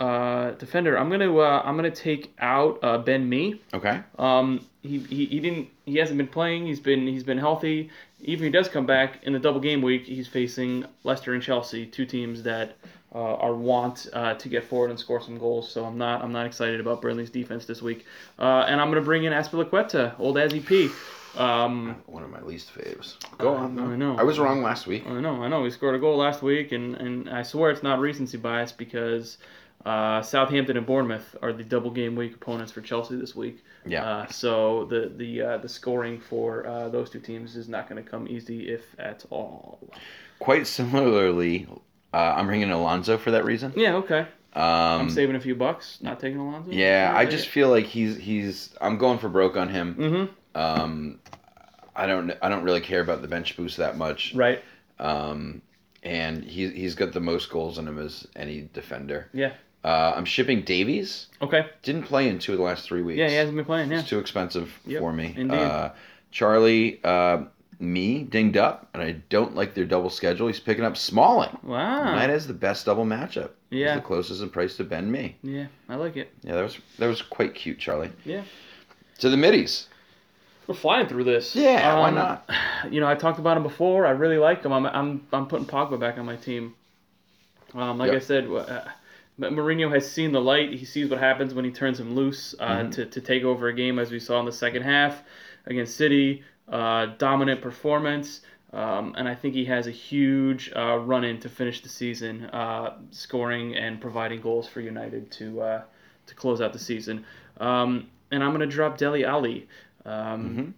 Speaker 2: Uh, defender, I'm gonna uh, I'm gonna take out uh, Ben Me.
Speaker 1: Okay.
Speaker 2: Um, he, he, he didn't he hasn't been playing. He's been he's been healthy. Even if he does come back in the double game week, he's facing Leicester and Chelsea, two teams that uh, are want uh, to get forward and score some goals. So I'm not I'm not excited about Burnley's defense this week. Uh, and I'm gonna bring in Aspilicueta, old Azzy P. Um,
Speaker 1: One of my least faves. Go
Speaker 2: I-
Speaker 1: on. though.
Speaker 2: I know.
Speaker 1: I was wrong last week.
Speaker 2: I know, I know. He scored a goal last week, and, and I swear it's not recency bias because uh, Southampton and Bournemouth are the double game week opponents for Chelsea this week.
Speaker 1: Yeah.
Speaker 2: Uh, so the the uh, the scoring for uh, those two teams is not going to come easy, if at all.
Speaker 1: Quite similarly, uh, I'm bringing Alonso for that reason.
Speaker 2: Yeah. Okay. I'm
Speaker 1: Um,
Speaker 2: saving a few bucks, not taking Alonso.
Speaker 1: yeah, I just feel like he's he's. I'm going for broke on him.
Speaker 2: Mm-hmm.
Speaker 1: Um, I don't I don't really care about the bench boost that much.
Speaker 2: Right.
Speaker 1: Um, and he he's got the most goals in him as any defender.
Speaker 2: Yeah.
Speaker 1: Uh, I'm shipping Davies.
Speaker 2: Okay.
Speaker 1: Didn't play in two of the last three weeks.
Speaker 2: Yeah, he hasn't been playing. Yeah.
Speaker 1: It's too expensive
Speaker 2: Yep,
Speaker 1: for me.
Speaker 2: indeed.
Speaker 1: Uh, Charlie, uh, me dinged up, and I don't like their double schedule. He's picking up Smalling.
Speaker 2: Wow.
Speaker 1: That is the best double matchup. He's
Speaker 2: Yeah.
Speaker 1: the closest in price to Ben Me.
Speaker 2: Yeah, I like it.
Speaker 1: Yeah, that was that was quite cute, Charlie.
Speaker 2: Yeah.
Speaker 1: To the middies.
Speaker 2: We're flying through this.
Speaker 1: Yeah, why
Speaker 2: Um,
Speaker 1: not?
Speaker 2: You know, I talked about him before. I really like him. I'm, I'm, I'm putting Pogba back on my team. Um, like
Speaker 1: Yep.
Speaker 2: I said, uh, Ma- Mourinho has seen the light. He sees what happens when he turns him loose uh, to, to take over a game, as we saw in the second half against City. Uh, dominant performance. Um, and I think he has a huge uh, run in to finish the season, uh, scoring and providing goals for United to uh, to close out the season. Um, and I'm going to drop Deli Ali. Um,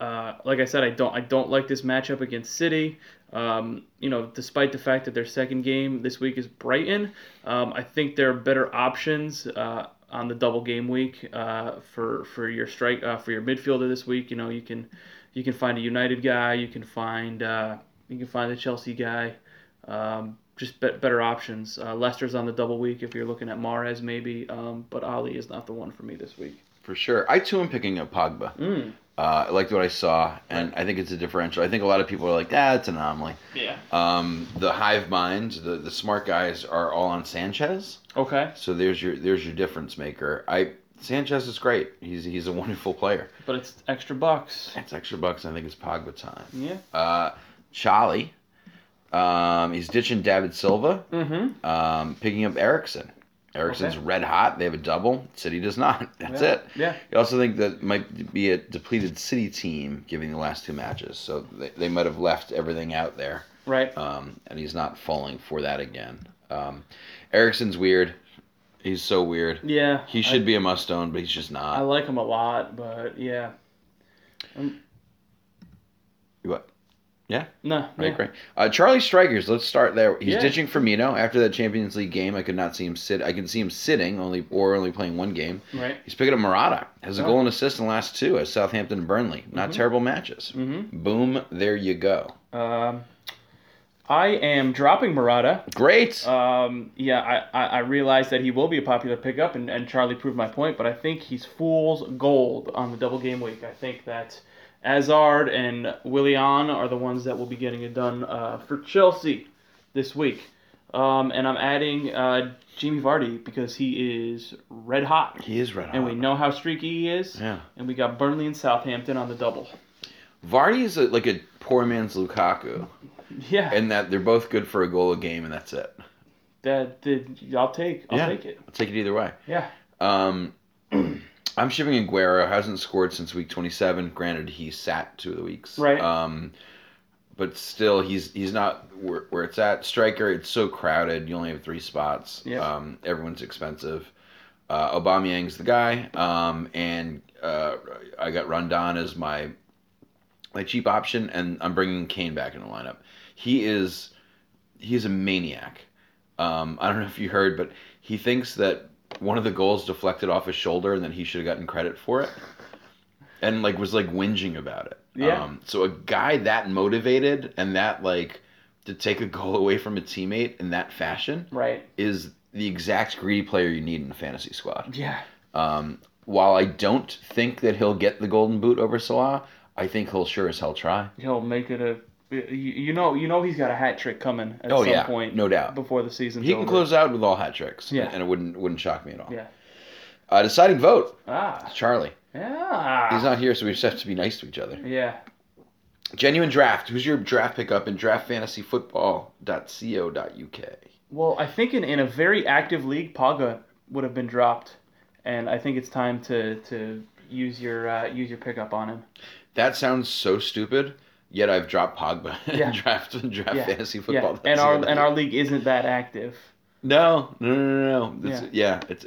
Speaker 2: uh, like I said, I don't I don't like this matchup against City. Um, you know, despite the fact that their second game this week is Brighton, um, I think there are better options uh, on the double game week uh, for for your strike uh, for your midfielder this week. You know, you can you can find a United guy, you can find uh, you can find a Chelsea guy. Um, just bet better options. Uh, Leicester's on the double week if you're looking at Mares maybe, um, but Ali is not the one for me this week.
Speaker 1: For sure. I too am picking up Pogba.
Speaker 2: Mm.
Speaker 1: Uh, I liked what I saw, and I think it's a differential. I think a lot of people are like, ah, it's an anomaly.
Speaker 2: Yeah.
Speaker 1: Um, the hive mind, the, the smart guys are all on Sanchez.
Speaker 2: Okay,
Speaker 1: So there's your there's your difference maker. I Sanchez is great. He's he's a wonderful player.
Speaker 2: but it's extra bucks.
Speaker 1: It's extra bucks. I think it's Pogba time.
Speaker 2: Yeah.
Speaker 1: Uh, Charlie, Um, he's ditching David Silva,
Speaker 2: Mm-hmm.
Speaker 1: um, picking up Erickson. Erickson's red hot. They have a double. City does not. That's
Speaker 2: Yeah.
Speaker 1: it.
Speaker 2: Yeah.
Speaker 1: You also think that might be a depleted City team, given the last two matches. So they, they might have left everything out there,
Speaker 2: Right.
Speaker 1: um, and he's not falling for that again. Um, Erickson's weird. He's so weird.
Speaker 2: Yeah.
Speaker 1: He should be a must own, but he's just
Speaker 2: I, I
Speaker 1: not.
Speaker 2: like him a lot, but yeah.
Speaker 1: What?
Speaker 2: No.
Speaker 1: Right,
Speaker 2: yeah.
Speaker 1: great. Uh, Charlie Strikers. Let's start there. He's
Speaker 2: Yeah.
Speaker 1: ditching Firmino after that Champions League game. I could not see him sit. I can see him sitting only or only playing one game.
Speaker 2: Right.
Speaker 1: He's picking up Murata. Has a
Speaker 2: Oh.
Speaker 1: goal and assist in the last two at Southampton and Burnley. Not terrible matches.
Speaker 2: Mm-hmm.
Speaker 1: Boom. There you go.
Speaker 2: Um, I am dropping Murata.
Speaker 1: Great.
Speaker 2: Um, yeah, I, I, I realize that he will be a popular pickup, and, and Charlie proved my point, but I think he's fool's gold on the double game week. I think that Azard and Willian are the ones that will be getting it done uh, for Chelsea this week. Um, and I'm adding uh, Jamie Vardy because he is red hot,
Speaker 1: he is red hot.
Speaker 2: and we know how streaky he is.
Speaker 1: Yeah.
Speaker 2: And we got Burnley and Southampton on the double.
Speaker 1: Vardy is a, like a poor man's Lukaku,
Speaker 2: Yeah,
Speaker 1: in that they're both good for a goal a game, and that's it.
Speaker 2: that, that I'll take. I'll
Speaker 1: Yeah.
Speaker 2: take it.
Speaker 1: I'll take it either way.
Speaker 2: Yeah.
Speaker 1: Um, I'm shipping Aguero. Hasn't scored since week 27. Granted, he sat two of the weeks.
Speaker 2: Right.
Speaker 1: Um, but still, he's he's not where, where it's at. Striker, it's so crowded. You only have three spots.
Speaker 2: Yeah.
Speaker 1: Um, everyone's expensive. Uh, Aubameyang's the guy. Um, and uh, I got Rondon as my my cheap option, and I'm bringing Kane back in the lineup. He is he is a maniac. Um, I don't know if you heard, but he thinks that one of the goals deflected off his shoulder and that he should have gotten credit for it, and like was like whinging about it.
Speaker 2: Yeah.
Speaker 1: Um, so a guy that motivated and that like to take a goal away from a teammate in that fashion
Speaker 2: Right.
Speaker 1: is the exact greedy player you need in a fantasy squad.
Speaker 2: Yeah.
Speaker 1: Um, while I don't think that he'll get the golden boot over Salah, I think he'll sure as hell try.
Speaker 2: he'll make it a you- you know you know he's got a hat trick coming at
Speaker 1: oh
Speaker 2: some
Speaker 1: yeah,
Speaker 2: point
Speaker 1: no doubt.
Speaker 2: before the season
Speaker 1: He can
Speaker 2: over.
Speaker 1: close out with all hat tricks.
Speaker 2: Yeah.
Speaker 1: And it wouldn't wouldn't shock me at all.
Speaker 2: Yeah.
Speaker 1: Uh, deciding vote.
Speaker 2: ah
Speaker 1: Charlie.
Speaker 2: yeah
Speaker 1: He's not here, so we just have to be nice to each other.
Speaker 2: yeah
Speaker 1: Genuine draft. Who's your draft pickup in draftfantasyfootball.co.uk?
Speaker 2: well I think in, in a very active league Paga would have been dropped and I think it's time to to use your uh, use your pickup on him
Speaker 1: That sounds so stupid. Yet I've dropped Pogba in
Speaker 2: Yeah.
Speaker 1: draft in draft
Speaker 2: Yeah.
Speaker 1: fantasy
Speaker 2: yeah
Speaker 1: football.
Speaker 2: and our and our league isn't that active
Speaker 1: no no no no no. It's, yeah. it's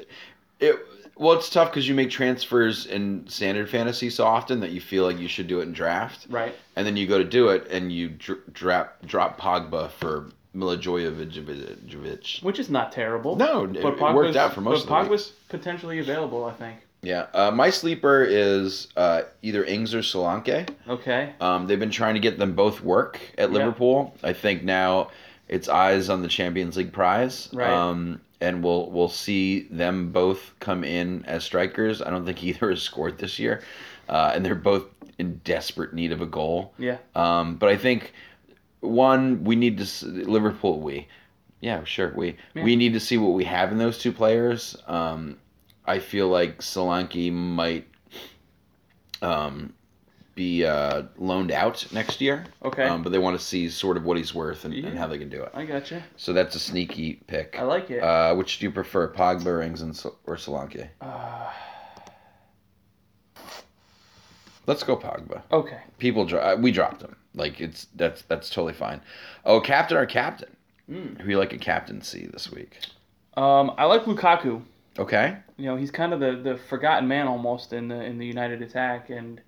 Speaker 1: it. Well, it's tough because you make transfers in standard fantasy so often that you feel like you should do it in draft.
Speaker 2: right
Speaker 1: and then you go to do it and you dr- drop drop Pogba for Milivojevic.
Speaker 2: which is not terrible
Speaker 1: No, it, it worked out for most of
Speaker 2: but
Speaker 1: the week.
Speaker 2: Pogba's potentially available I think
Speaker 1: Yeah, uh, my sleeper is uh, either Ings or Solanke.
Speaker 2: okay
Speaker 1: Um, they've been trying to get them both work at
Speaker 2: Yeah.
Speaker 1: Liverpool. I think now it's eyes on the Champions League prize.
Speaker 2: Right.
Speaker 1: Um, and we'll we'll see them both come in as strikers. I don't think either has scored this year, uh, and they're both in desperate need of a goal.
Speaker 2: yeah
Speaker 1: Um, but I think one we need to s- Liverpool. We, yeah, sure. We
Speaker 2: Yeah.
Speaker 1: we need to see what we have in those two players. Um, I feel like Solanke might um, be uh, loaned out next year.
Speaker 2: okay
Speaker 1: Um, but they want to see sort of what he's worth and, and
Speaker 2: Yeah.
Speaker 1: how they can do it.
Speaker 2: I gotcha
Speaker 1: So that's a sneaky pick.
Speaker 2: I like it
Speaker 1: Uh, which do you prefer, Pogba, Rings, and Sol- or Solanke?
Speaker 2: uh,
Speaker 1: Let's go Pogba.
Speaker 2: okay
Speaker 1: people dro- uh, we dropped him like it's that's that's totally fine oh captain our captain
Speaker 2: Mm.
Speaker 1: who you like a captaincy this week
Speaker 2: um I like Lukaku
Speaker 1: okay
Speaker 2: you know he's kind of the, the forgotten man almost in the in the United attack and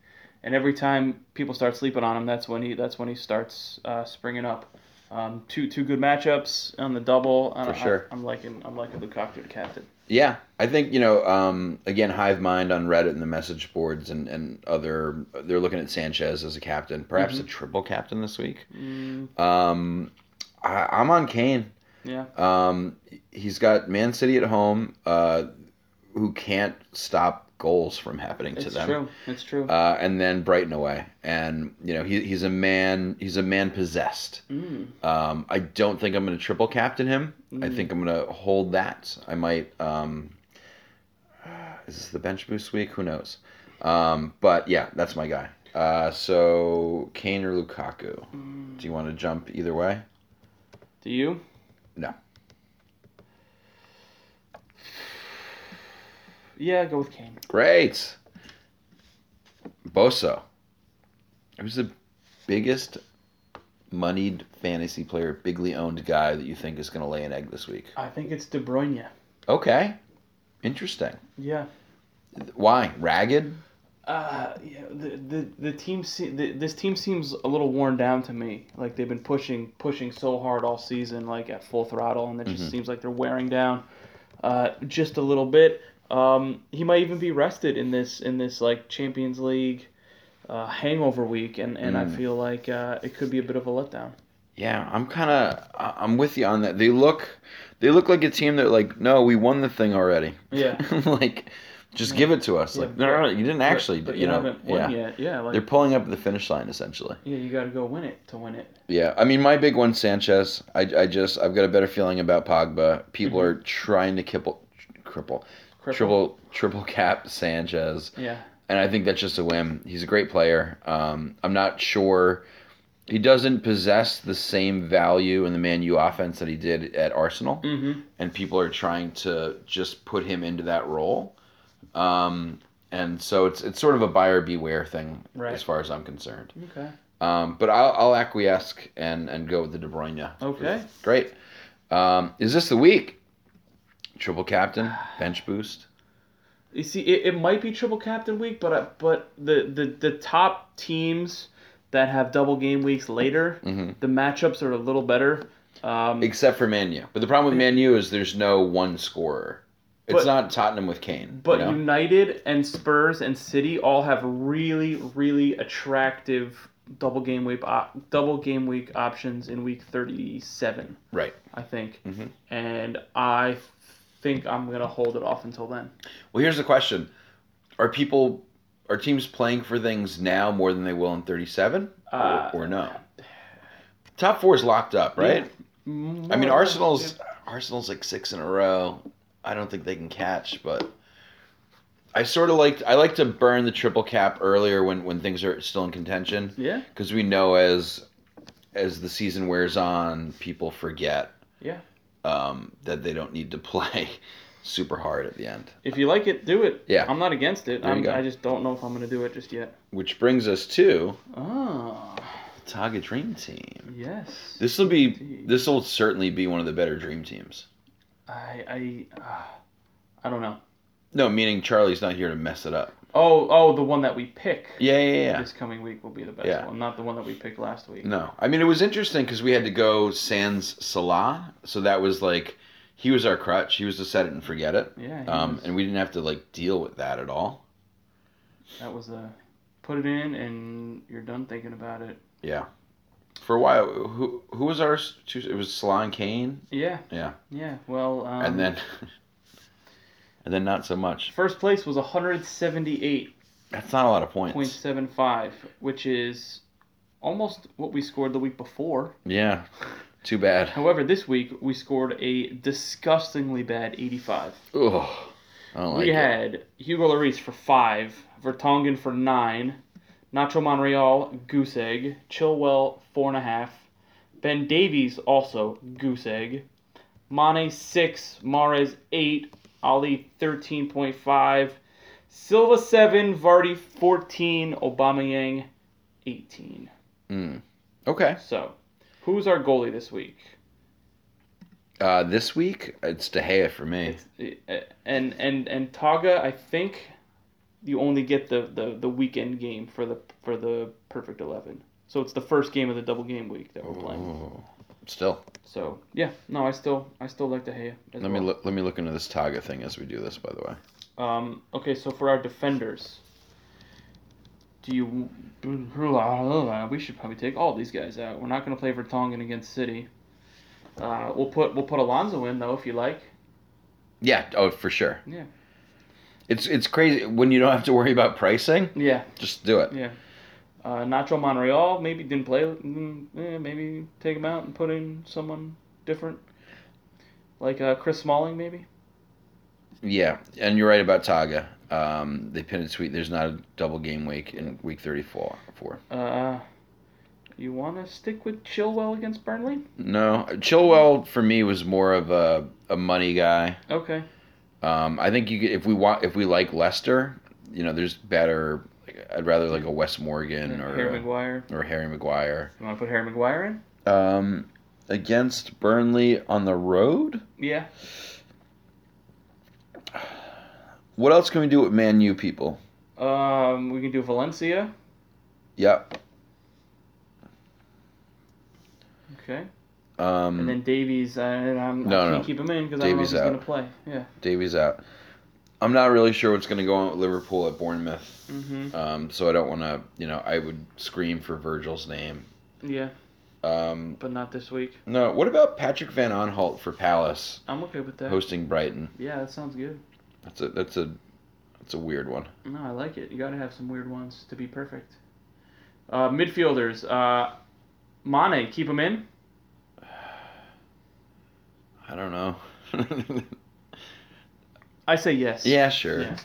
Speaker 2: and every time people start sleeping on him that's when he that's when he starts uh, springing up um, two two good matchups on the double I,
Speaker 1: For
Speaker 2: I-
Speaker 1: sure.
Speaker 2: I'm liking I'm liking Lukaku to captain
Speaker 1: yeah i think you know um, again hive mind on reddit and the message boards and and other they're looking at sanchez as a captain perhaps
Speaker 2: Mm-hmm.
Speaker 1: a triple captain this week
Speaker 2: mm,
Speaker 1: um, I, i'm on kane
Speaker 2: yeah
Speaker 1: Um, he's got Man City at home, uh, who can't stop goals from happening to
Speaker 2: it's
Speaker 1: them.
Speaker 2: true it's true
Speaker 1: uh, and then Brighton away. And you know he, he's a man. He's a man possessed.
Speaker 2: mm,
Speaker 1: Um, I don't think I'm going to triple captain him. I
Speaker 2: Mm.
Speaker 1: think I'm going to hold that. I might. Um, is this the bench boost week? Who knows? Um, but yeah, that's my guy. Uh, so Kane or Lukaku?
Speaker 2: mm.
Speaker 1: Do you want to jump either way?
Speaker 2: Do you?
Speaker 1: No.
Speaker 2: Yeah, go with Kane.
Speaker 1: Great. Boso. Who's the biggest moneyed fantasy player, bigly owned guy that you think is going to lay an egg this week?
Speaker 2: I think it's De Bruyne.
Speaker 1: Okay. Interesting.
Speaker 2: Yeah.
Speaker 1: Why? Ragged?
Speaker 2: Uh, yeah, the, the the team se- the, this team seems a little worn down to me. Like they've been pushing pushing so hard all season, like at full throttle, and it just seems like they're wearing down, uh, just a little bit. Um, he might even be rested in this in this like Champions League, uh, hangover week, and and I feel like uh, it could be a bit of a letdown.
Speaker 1: Yeah, I'm kind of I'm with you on that. They look they look like a team that like no, we won the thing already.
Speaker 2: Yeah.
Speaker 1: like just give it to us.
Speaker 2: Yeah,
Speaker 1: like no, no, no, you didn't actually,
Speaker 2: but
Speaker 1: you know.
Speaker 2: haven't
Speaker 1: Yeah.
Speaker 2: won yet. Yeah, like
Speaker 1: They're pulling up at the finish line essentially.
Speaker 2: yeah, you got to go win it to win it.
Speaker 1: Yeah, I mean, my big one, Sanchez. I, I just I've got a better feeling about Pogba. People are trying to kipple, cripple,
Speaker 2: Mm-hmm. Cripple.
Speaker 1: triple triple cap Sanchez,
Speaker 2: Yeah,
Speaker 1: and I think that's just a whim. He's a great player. Um, I'm not sure he doesn't possess the same value in the Man U offense that he did at Arsenal,
Speaker 2: Mhm.
Speaker 1: and people are trying to just put him into that role. Um, and so it's it's sort of a buyer beware thing
Speaker 2: Right.
Speaker 1: as far as I'm concerned.
Speaker 2: okay,
Speaker 1: Um, but I'll, I'll acquiesce and, and go with the De Bruyne.
Speaker 2: okay.
Speaker 1: Great. Um, is this the week? Triple captain, bench boost.
Speaker 2: You see, it, it might be triple captain week, but uh, but the, the the top teams that have double game weeks later,
Speaker 1: Mm.
Speaker 2: the matchups are a little better. Um,
Speaker 1: Except for Manu. But the problem with Manu is there's no one scorer. It's
Speaker 2: But-
Speaker 1: not Tottenham with Kane.
Speaker 2: but
Speaker 1: you know?
Speaker 2: United and Spurs and City all have really really attractive double game week op- double game week options in week thirty seven,
Speaker 1: right.
Speaker 2: I think,
Speaker 1: Mm-hmm.
Speaker 2: and I think I'm gonna hold it off until then.
Speaker 1: Well, here's the question: Are people, are teams playing for things now more than they will in 37, or,
Speaker 2: Uh,
Speaker 1: or no? Top four is locked up, right? I mean, Arsenal's Arsenal's like six in a row. I don't think they can catch, but I sort of like I like to burn the triple cap earlier when when things are still in contention
Speaker 2: yeah
Speaker 1: because we know as as the season wears on, people forget
Speaker 2: yeah.
Speaker 1: um, that they don't need to play super hard at the end.
Speaker 2: If you like it, do it.
Speaker 1: Yeah.
Speaker 2: I'm not against it.
Speaker 1: There you
Speaker 2: I'm,
Speaker 1: go.
Speaker 2: I just don't know if I'm gonna do it just yet.
Speaker 1: Which brings us to
Speaker 2: Oh,
Speaker 1: Taga Dream Team.
Speaker 2: yes.
Speaker 1: This will be this will certainly be one of the better dream teams.
Speaker 2: I I uh, I don't know.
Speaker 1: No, meaning Charlie's not here to mess it up.
Speaker 2: Oh oh, the one that we pick
Speaker 1: Yeah, yeah, yeah.
Speaker 2: this coming week will be the best
Speaker 1: Yeah.
Speaker 2: one, not the one that we picked last week.
Speaker 1: No, I mean it was interesting because we had to go Sans Salah, so that was like he was our crutch. He was to set it and forget it,
Speaker 2: Yeah. he
Speaker 1: um,
Speaker 2: was-
Speaker 1: and we didn't have to like deal with that at all.
Speaker 2: that was a put it in and you're done thinking about it.
Speaker 1: Yeah, for a while, who who was our? s- two- It was Salah and Kane,
Speaker 2: Yeah.
Speaker 1: Yeah.
Speaker 2: Yeah. Well. Um,
Speaker 1: and then and then not so much.
Speaker 2: first place was 178.75,
Speaker 1: That's not a lot of points.
Speaker 2: which is almost what we scored the week before.
Speaker 1: Yeah, too bad.
Speaker 2: However, this week we scored a disgustingly bad 85.
Speaker 1: Ugh, I don't like
Speaker 2: we
Speaker 1: it.
Speaker 2: had Hugo Lloris for five, Vertonghen for nine, Nacho Monreal goose egg, Chilwell four and a half, Ben Davies also goose egg, Mane six, Mares eight, Ali thirteen point five, Silva seven, Vardy fourteen, Aubameyang eighteen.
Speaker 1: Mm. Okay,
Speaker 2: So, who's our goalie this week?
Speaker 1: uh, this week it's De Gea for me.
Speaker 2: eh, and and and Taga, I think you only get the, the, the weekend game for the for the perfect eleven. So it's the first game of the double game week that we're playing.
Speaker 1: Ooh. Still,
Speaker 2: So yeah, no, I still I still like De Gea. As
Speaker 1: let me
Speaker 2: well.
Speaker 1: look. Let me look into this Taga thing as we do this. By the way.
Speaker 2: Um, okay, so for our defenders, do you? We should probably take all these guys out. We're not going to play Vertonghen against City. Uh, we'll put we'll put Alonso in though if you like.
Speaker 1: Yeah, oh for sure.
Speaker 2: Yeah.
Speaker 1: It's it's crazy when you don't have to worry about pricing.
Speaker 2: Yeah.
Speaker 1: Just do it.
Speaker 2: Yeah. Uh, Nacho Monreal maybe didn't play. mm, eh, Maybe take him out and put in someone different, like uh, Chris Smalling maybe.
Speaker 1: Yeah, and you're right about Taga. Um, they pin it sweet. There's not a double game week in week 34. Four.
Speaker 2: Uh, You want to stick with Chilwell against Burnley?
Speaker 1: No, Chilwell for me was more of a, a money guy.
Speaker 2: Okay.
Speaker 1: Um, I think you could, if we want if we like Leicester, you know, there's better. Like, I'd rather like a Wes Morgan or
Speaker 2: Harry Maguire.
Speaker 1: or Harry Maguire.
Speaker 2: You want to put Harry Maguire in?
Speaker 1: Um, against Burnley on the road.
Speaker 2: Yeah.
Speaker 1: What else can we do with Man U people?
Speaker 2: Um, we can do Valencia.
Speaker 1: Yep.
Speaker 2: Okay.
Speaker 1: Um,
Speaker 2: And then Davies, I, I'm,
Speaker 1: No,
Speaker 2: I
Speaker 1: no,
Speaker 2: can't
Speaker 1: no.
Speaker 2: keep him in because I don't know if
Speaker 1: Davies
Speaker 2: he's going
Speaker 1: out.
Speaker 2: to play. Yeah.
Speaker 1: Davies out. I'm not really sure what's going to go on with Liverpool at Bournemouth.
Speaker 2: hmm
Speaker 1: Um, so I don't want to, you know, I would scream for Virgil's name.
Speaker 2: Yeah,
Speaker 1: Um,
Speaker 2: but not this week.
Speaker 1: no, what about Patrick Van Aanholt for Palace
Speaker 2: I'm okay with that.
Speaker 1: hosting Brighton?
Speaker 2: Yeah, that sounds good.
Speaker 1: That's a that's a that's a weird one.
Speaker 2: No, I like it. You got to have some weird ones to be perfect. Uh, midfielders. Uh, Mane, keep him in.
Speaker 1: I don't know.
Speaker 2: I say yes.
Speaker 1: yeah, sure.
Speaker 2: Yeah.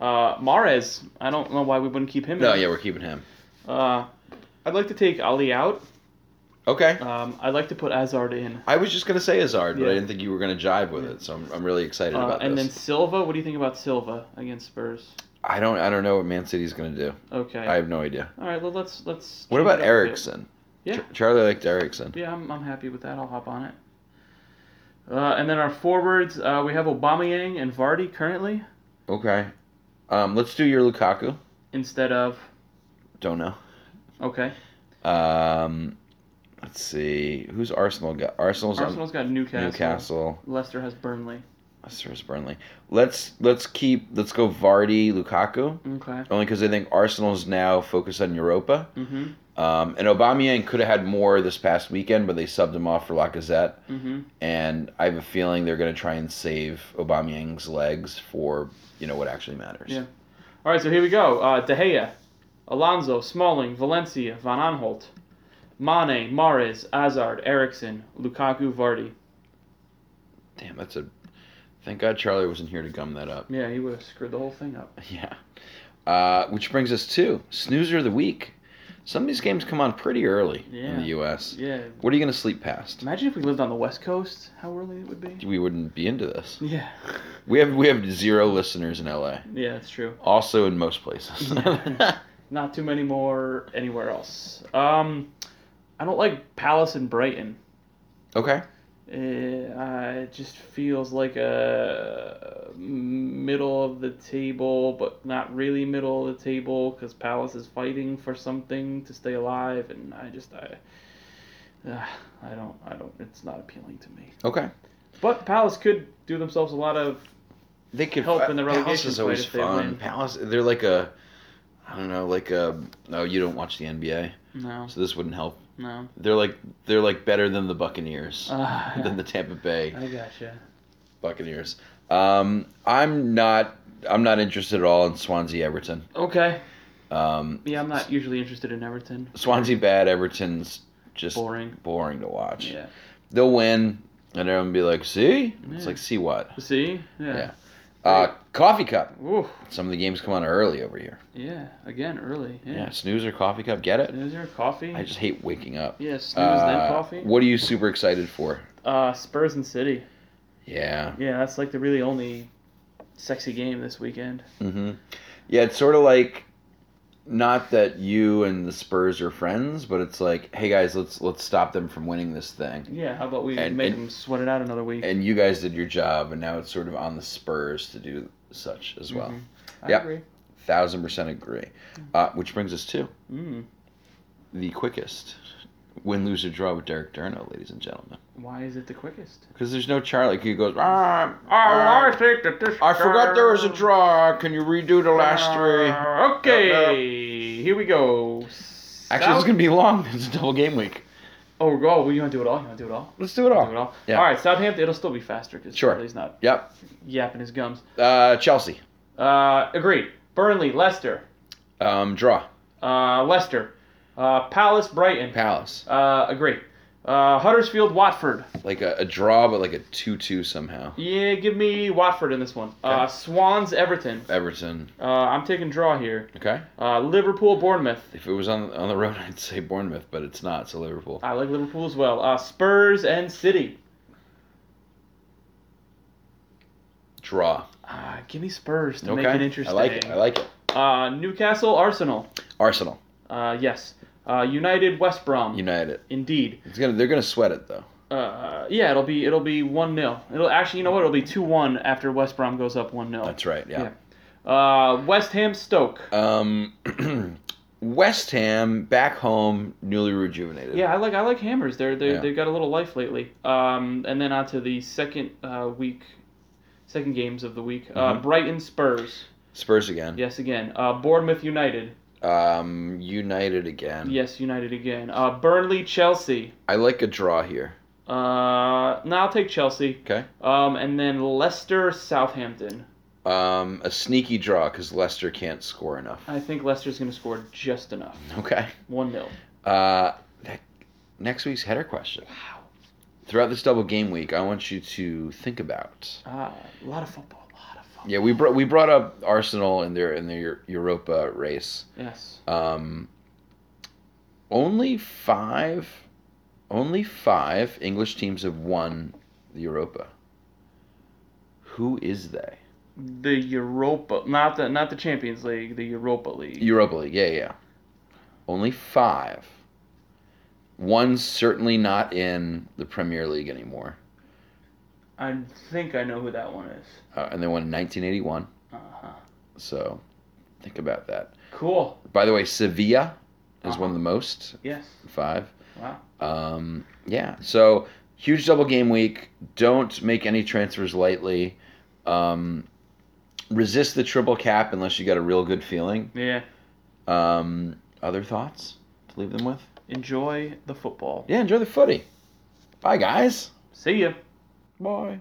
Speaker 2: Uh, Mares, I don't know why we wouldn't keep him
Speaker 1: No,
Speaker 2: in.
Speaker 1: yeah, we're keeping him.
Speaker 2: Uh, I'd like to take Ali out.
Speaker 1: Okay.
Speaker 2: Um, I'd like to put Azard in.
Speaker 1: I was just gonna say Azard, but I
Speaker 2: Yeah.
Speaker 1: didn't think you were gonna jive with it, so I'm, I'm really excited
Speaker 2: Uh,
Speaker 1: about
Speaker 2: and
Speaker 1: this.
Speaker 2: then Silva, what do you think about Silva against Spurs?
Speaker 1: I don't I don't know what Man City's gonna do.
Speaker 2: Okay.
Speaker 1: I have no idea.
Speaker 2: All right, well, let's let's.
Speaker 1: What
Speaker 2: change
Speaker 1: about
Speaker 2: it up a bit.
Speaker 1: Ericsson?
Speaker 2: Yeah.
Speaker 1: Ch- Charlie liked Ericsson.
Speaker 2: Yeah, I'm, I'm happy with that. I'll hop on it. Uh, and then our forwards, uh, we have Aubameyang and Vardy currently
Speaker 1: Okay. Um, let's do your Lukaku.
Speaker 2: instead of
Speaker 1: Don't know.
Speaker 2: okay.
Speaker 1: Um, let's see. Who's Arsenal got? Arsenal's on
Speaker 2: Arsenal's got Newcastle.
Speaker 1: Newcastle.
Speaker 2: Leicester has Burnley.
Speaker 1: Leicester's Burnley. Let's let's keep let's go Vardy, Lukaku.
Speaker 2: Okay.
Speaker 1: Only because I think Arsenal's now focused on Europa.
Speaker 2: Mhm.
Speaker 1: Um, and Aubameyang could have had more this past weekend, but they subbed him off for Lacazette.
Speaker 2: Mhm.
Speaker 1: And I have a feeling they're going to try and save Aubameyang's legs for you know what actually matters.
Speaker 2: Yeah. All right, so here we go. Uh, De Gea, Alonso, Smalling, Valencia, Van Aanholt, Mane, Mares, Azard, Eriksson, Lukaku, Vardy.
Speaker 1: Damn, that's a. Thank God Charlie wasn't here to gum that up.
Speaker 2: Yeah, he would have screwed the whole thing up.
Speaker 1: Yeah. Uh, which brings us to snoozer of the week. Some of these games come on pretty early in
Speaker 2: Yeah.
Speaker 1: the U.S.
Speaker 2: Yeah.
Speaker 1: What are you going to sleep past?
Speaker 2: Imagine if we lived on the West Coast, how early it would be.
Speaker 1: We wouldn't be into this.
Speaker 2: Yeah.
Speaker 1: We have we have zero listeners in L.A.
Speaker 2: Yeah, that's true.
Speaker 1: Also in most places.
Speaker 2: Not too many more anywhere else. Um, I don't like Palace and Brighton.
Speaker 1: okay.
Speaker 2: It, uh, it just feels like a middle of the table, but not really middle of the table because Palace is fighting for something to stay alive, and I just I. Uh, I don't. I don't. It's not appealing to me.
Speaker 1: Okay.
Speaker 2: But Palace could do themselves a lot of.
Speaker 1: They could
Speaker 2: Help in the
Speaker 1: Palace
Speaker 2: relegation
Speaker 1: is
Speaker 2: fight
Speaker 1: always
Speaker 2: if they
Speaker 1: fun.
Speaker 2: win.
Speaker 1: Palace, they're like a, I don't know, like a. No, you don't watch the NBA,
Speaker 2: No.
Speaker 1: so this wouldn't help.
Speaker 2: No.
Speaker 1: They're like they're like better than the Buccaneers,
Speaker 2: Ah,
Speaker 1: than the Tampa Bay.
Speaker 2: I gotcha.
Speaker 1: Buccaneers. Um, I'm not. I'm not interested at all in Swansea Everton.
Speaker 2: Okay.
Speaker 1: Um,
Speaker 2: Yeah, I'm not usually interested in Everton.
Speaker 1: Swansea bad. Everton's just
Speaker 2: Boring.
Speaker 1: boring to watch.
Speaker 2: Yeah.
Speaker 1: They'll win, and everyone be like, "See?" It's
Speaker 2: Yeah.
Speaker 1: like, "See what?"
Speaker 2: See?
Speaker 1: Yeah.
Speaker 2: Yeah.
Speaker 1: Uh, coffee cup.
Speaker 2: yeah. Ooh.
Speaker 1: Some of the games come on early over here.
Speaker 2: Yeah. Again, early.
Speaker 1: Yeah,
Speaker 2: Yeah.
Speaker 1: snooze or coffee cup. Get it?
Speaker 2: Is there coffee?
Speaker 1: I just hate waking up.
Speaker 2: yeah, snooze
Speaker 1: Uh,
Speaker 2: then coffee.
Speaker 1: What are you super excited for?
Speaker 2: Uh, Spurs and City.
Speaker 1: Yeah.
Speaker 2: Yeah, that's like the really only sexy game this weekend.
Speaker 1: hmm Yeah, it's sort of like not that you and the Spurs are friends, but it's like, hey guys, let's let's stop them from winning this thing.
Speaker 2: Yeah, how about we
Speaker 1: And-
Speaker 2: make
Speaker 1: and-
Speaker 2: them sweat it out another week?
Speaker 1: And you guys did your job, and now it's sort of on the Spurs to do such as well.
Speaker 2: Mhm. I
Speaker 1: yeah.
Speaker 2: agree.
Speaker 1: Thousand percent agree.
Speaker 2: Mm-hmm.
Speaker 1: Uh, which brings us to
Speaker 2: Mm.
Speaker 1: the quickest win, lose, or draw with Derek Durno, ladies and gentlemen.
Speaker 2: Why is it the quickest? Oh,
Speaker 1: Because there's no Charlie who goes, "Ah, ah, I forgot there was a draw. Can you redo the last three?
Speaker 2: Uh, Okay, here we go.
Speaker 1: Actually, it's
Speaker 2: South-
Speaker 1: going to be long. It's a double game week.
Speaker 2: Oh, go. Well, you want to do it all? You want to do it all?
Speaker 1: Let's do it
Speaker 2: Do it
Speaker 1: all.
Speaker 2: all?
Speaker 1: Oh, Yeah.
Speaker 2: All right, Southampton. It'll still be faster because
Speaker 1: Sure.
Speaker 2: he's not
Speaker 1: Yep.
Speaker 2: yapping his gums.
Speaker 1: Uh, Chelsea.
Speaker 2: Uh, agreed. Burnley, Leicester,
Speaker 1: Um, draw.
Speaker 2: uh, Leicester, uh, Palace, Brighton.
Speaker 1: Palace.
Speaker 2: Uh, agreed. Uh, Huddersfield Watford.
Speaker 1: Like a, a draw, but like a two-two somehow.
Speaker 2: Yeah, give me Watford in this one. Uh,
Speaker 1: Okay.
Speaker 2: Swans Everton.
Speaker 1: Everton.
Speaker 2: Uh, I'm taking draw here.
Speaker 1: Okay.
Speaker 2: Uh, Liverpool Bournemouth.
Speaker 1: If it was on on the road, I'd say Bournemouth, but it's not. So Liverpool.
Speaker 2: I like Liverpool as well. Uh, Spurs and City.
Speaker 1: Draw.
Speaker 2: Uh, give me Spurs to
Speaker 1: okay.
Speaker 2: make it interesting.
Speaker 1: I like it. I like it.
Speaker 2: Uh, Newcastle Arsenal.
Speaker 1: Arsenal.
Speaker 2: Uh, yes. Uh, United West Brom.
Speaker 1: United.
Speaker 2: Indeed.
Speaker 1: It's gonna. They're gonna sweat it though.
Speaker 2: Uh, yeah, it'll be it'll be one 0 It'll actually, you know what? It'll be two one after West Brom goes up one 0
Speaker 1: That's right. Yeah.
Speaker 2: Uh, West Ham Stoke.
Speaker 1: Um, West Ham back home, newly rejuvenated.
Speaker 2: Yeah, I like I like hammers. They're they
Speaker 1: Yeah.
Speaker 2: are they've got a little life lately. Um, and then on to the second uh, week, second games of the week. Uh,
Speaker 1: Mhm.
Speaker 2: Brighton Spurs.
Speaker 1: Spurs again.
Speaker 2: Yes, again. Uh, Bournemouth United.
Speaker 1: Um, United again.
Speaker 2: Yes, United again. Uh, Burnley Chelsea.
Speaker 1: I like a draw here.
Speaker 2: Uh, no, I'll take Chelsea.
Speaker 1: Okay.
Speaker 2: Um, and then Leicester Southampton.
Speaker 1: Um, a sneaky draw because Leicester can't score enough.
Speaker 2: I think Leicester's gonna score just enough.
Speaker 1: Okay.
Speaker 2: One 0
Speaker 1: Uh, that, next week's header question.
Speaker 2: Wow.
Speaker 1: Throughout this double game week, I want you to think about.
Speaker 2: Ah, a lot of football. A lot of football.
Speaker 1: Yeah, we brought we brought up Arsenal in their in their Eu- Europa race.
Speaker 2: Yes.
Speaker 1: Um, only five, only five English teams have won the Europa. Who is they?
Speaker 2: The Europa, not the not the Champions League, the Europa League.
Speaker 1: Europa League. Yeah, yeah. Only five. One's certainly not in the Premier League anymore,
Speaker 2: I think I know who that one is.
Speaker 1: uh, and they won in 1981.
Speaker 2: Uh-huh.
Speaker 1: So, think about that.
Speaker 2: Cool.
Speaker 1: By the way, Sevilla has
Speaker 2: Uh-huh.
Speaker 1: won the most,
Speaker 2: Yes.
Speaker 1: five.
Speaker 2: Wow.
Speaker 1: Um, yeah. So huge double game week. Don't make any transfers lightly. Um, resist the triple cap unless you got a real good feeling.
Speaker 2: Yeah.
Speaker 1: Um, other thoughts to leave them with?
Speaker 2: Enjoy the football.
Speaker 1: Yeah, enjoy the footy. Bye, guys.
Speaker 2: See ya.
Speaker 1: Bye.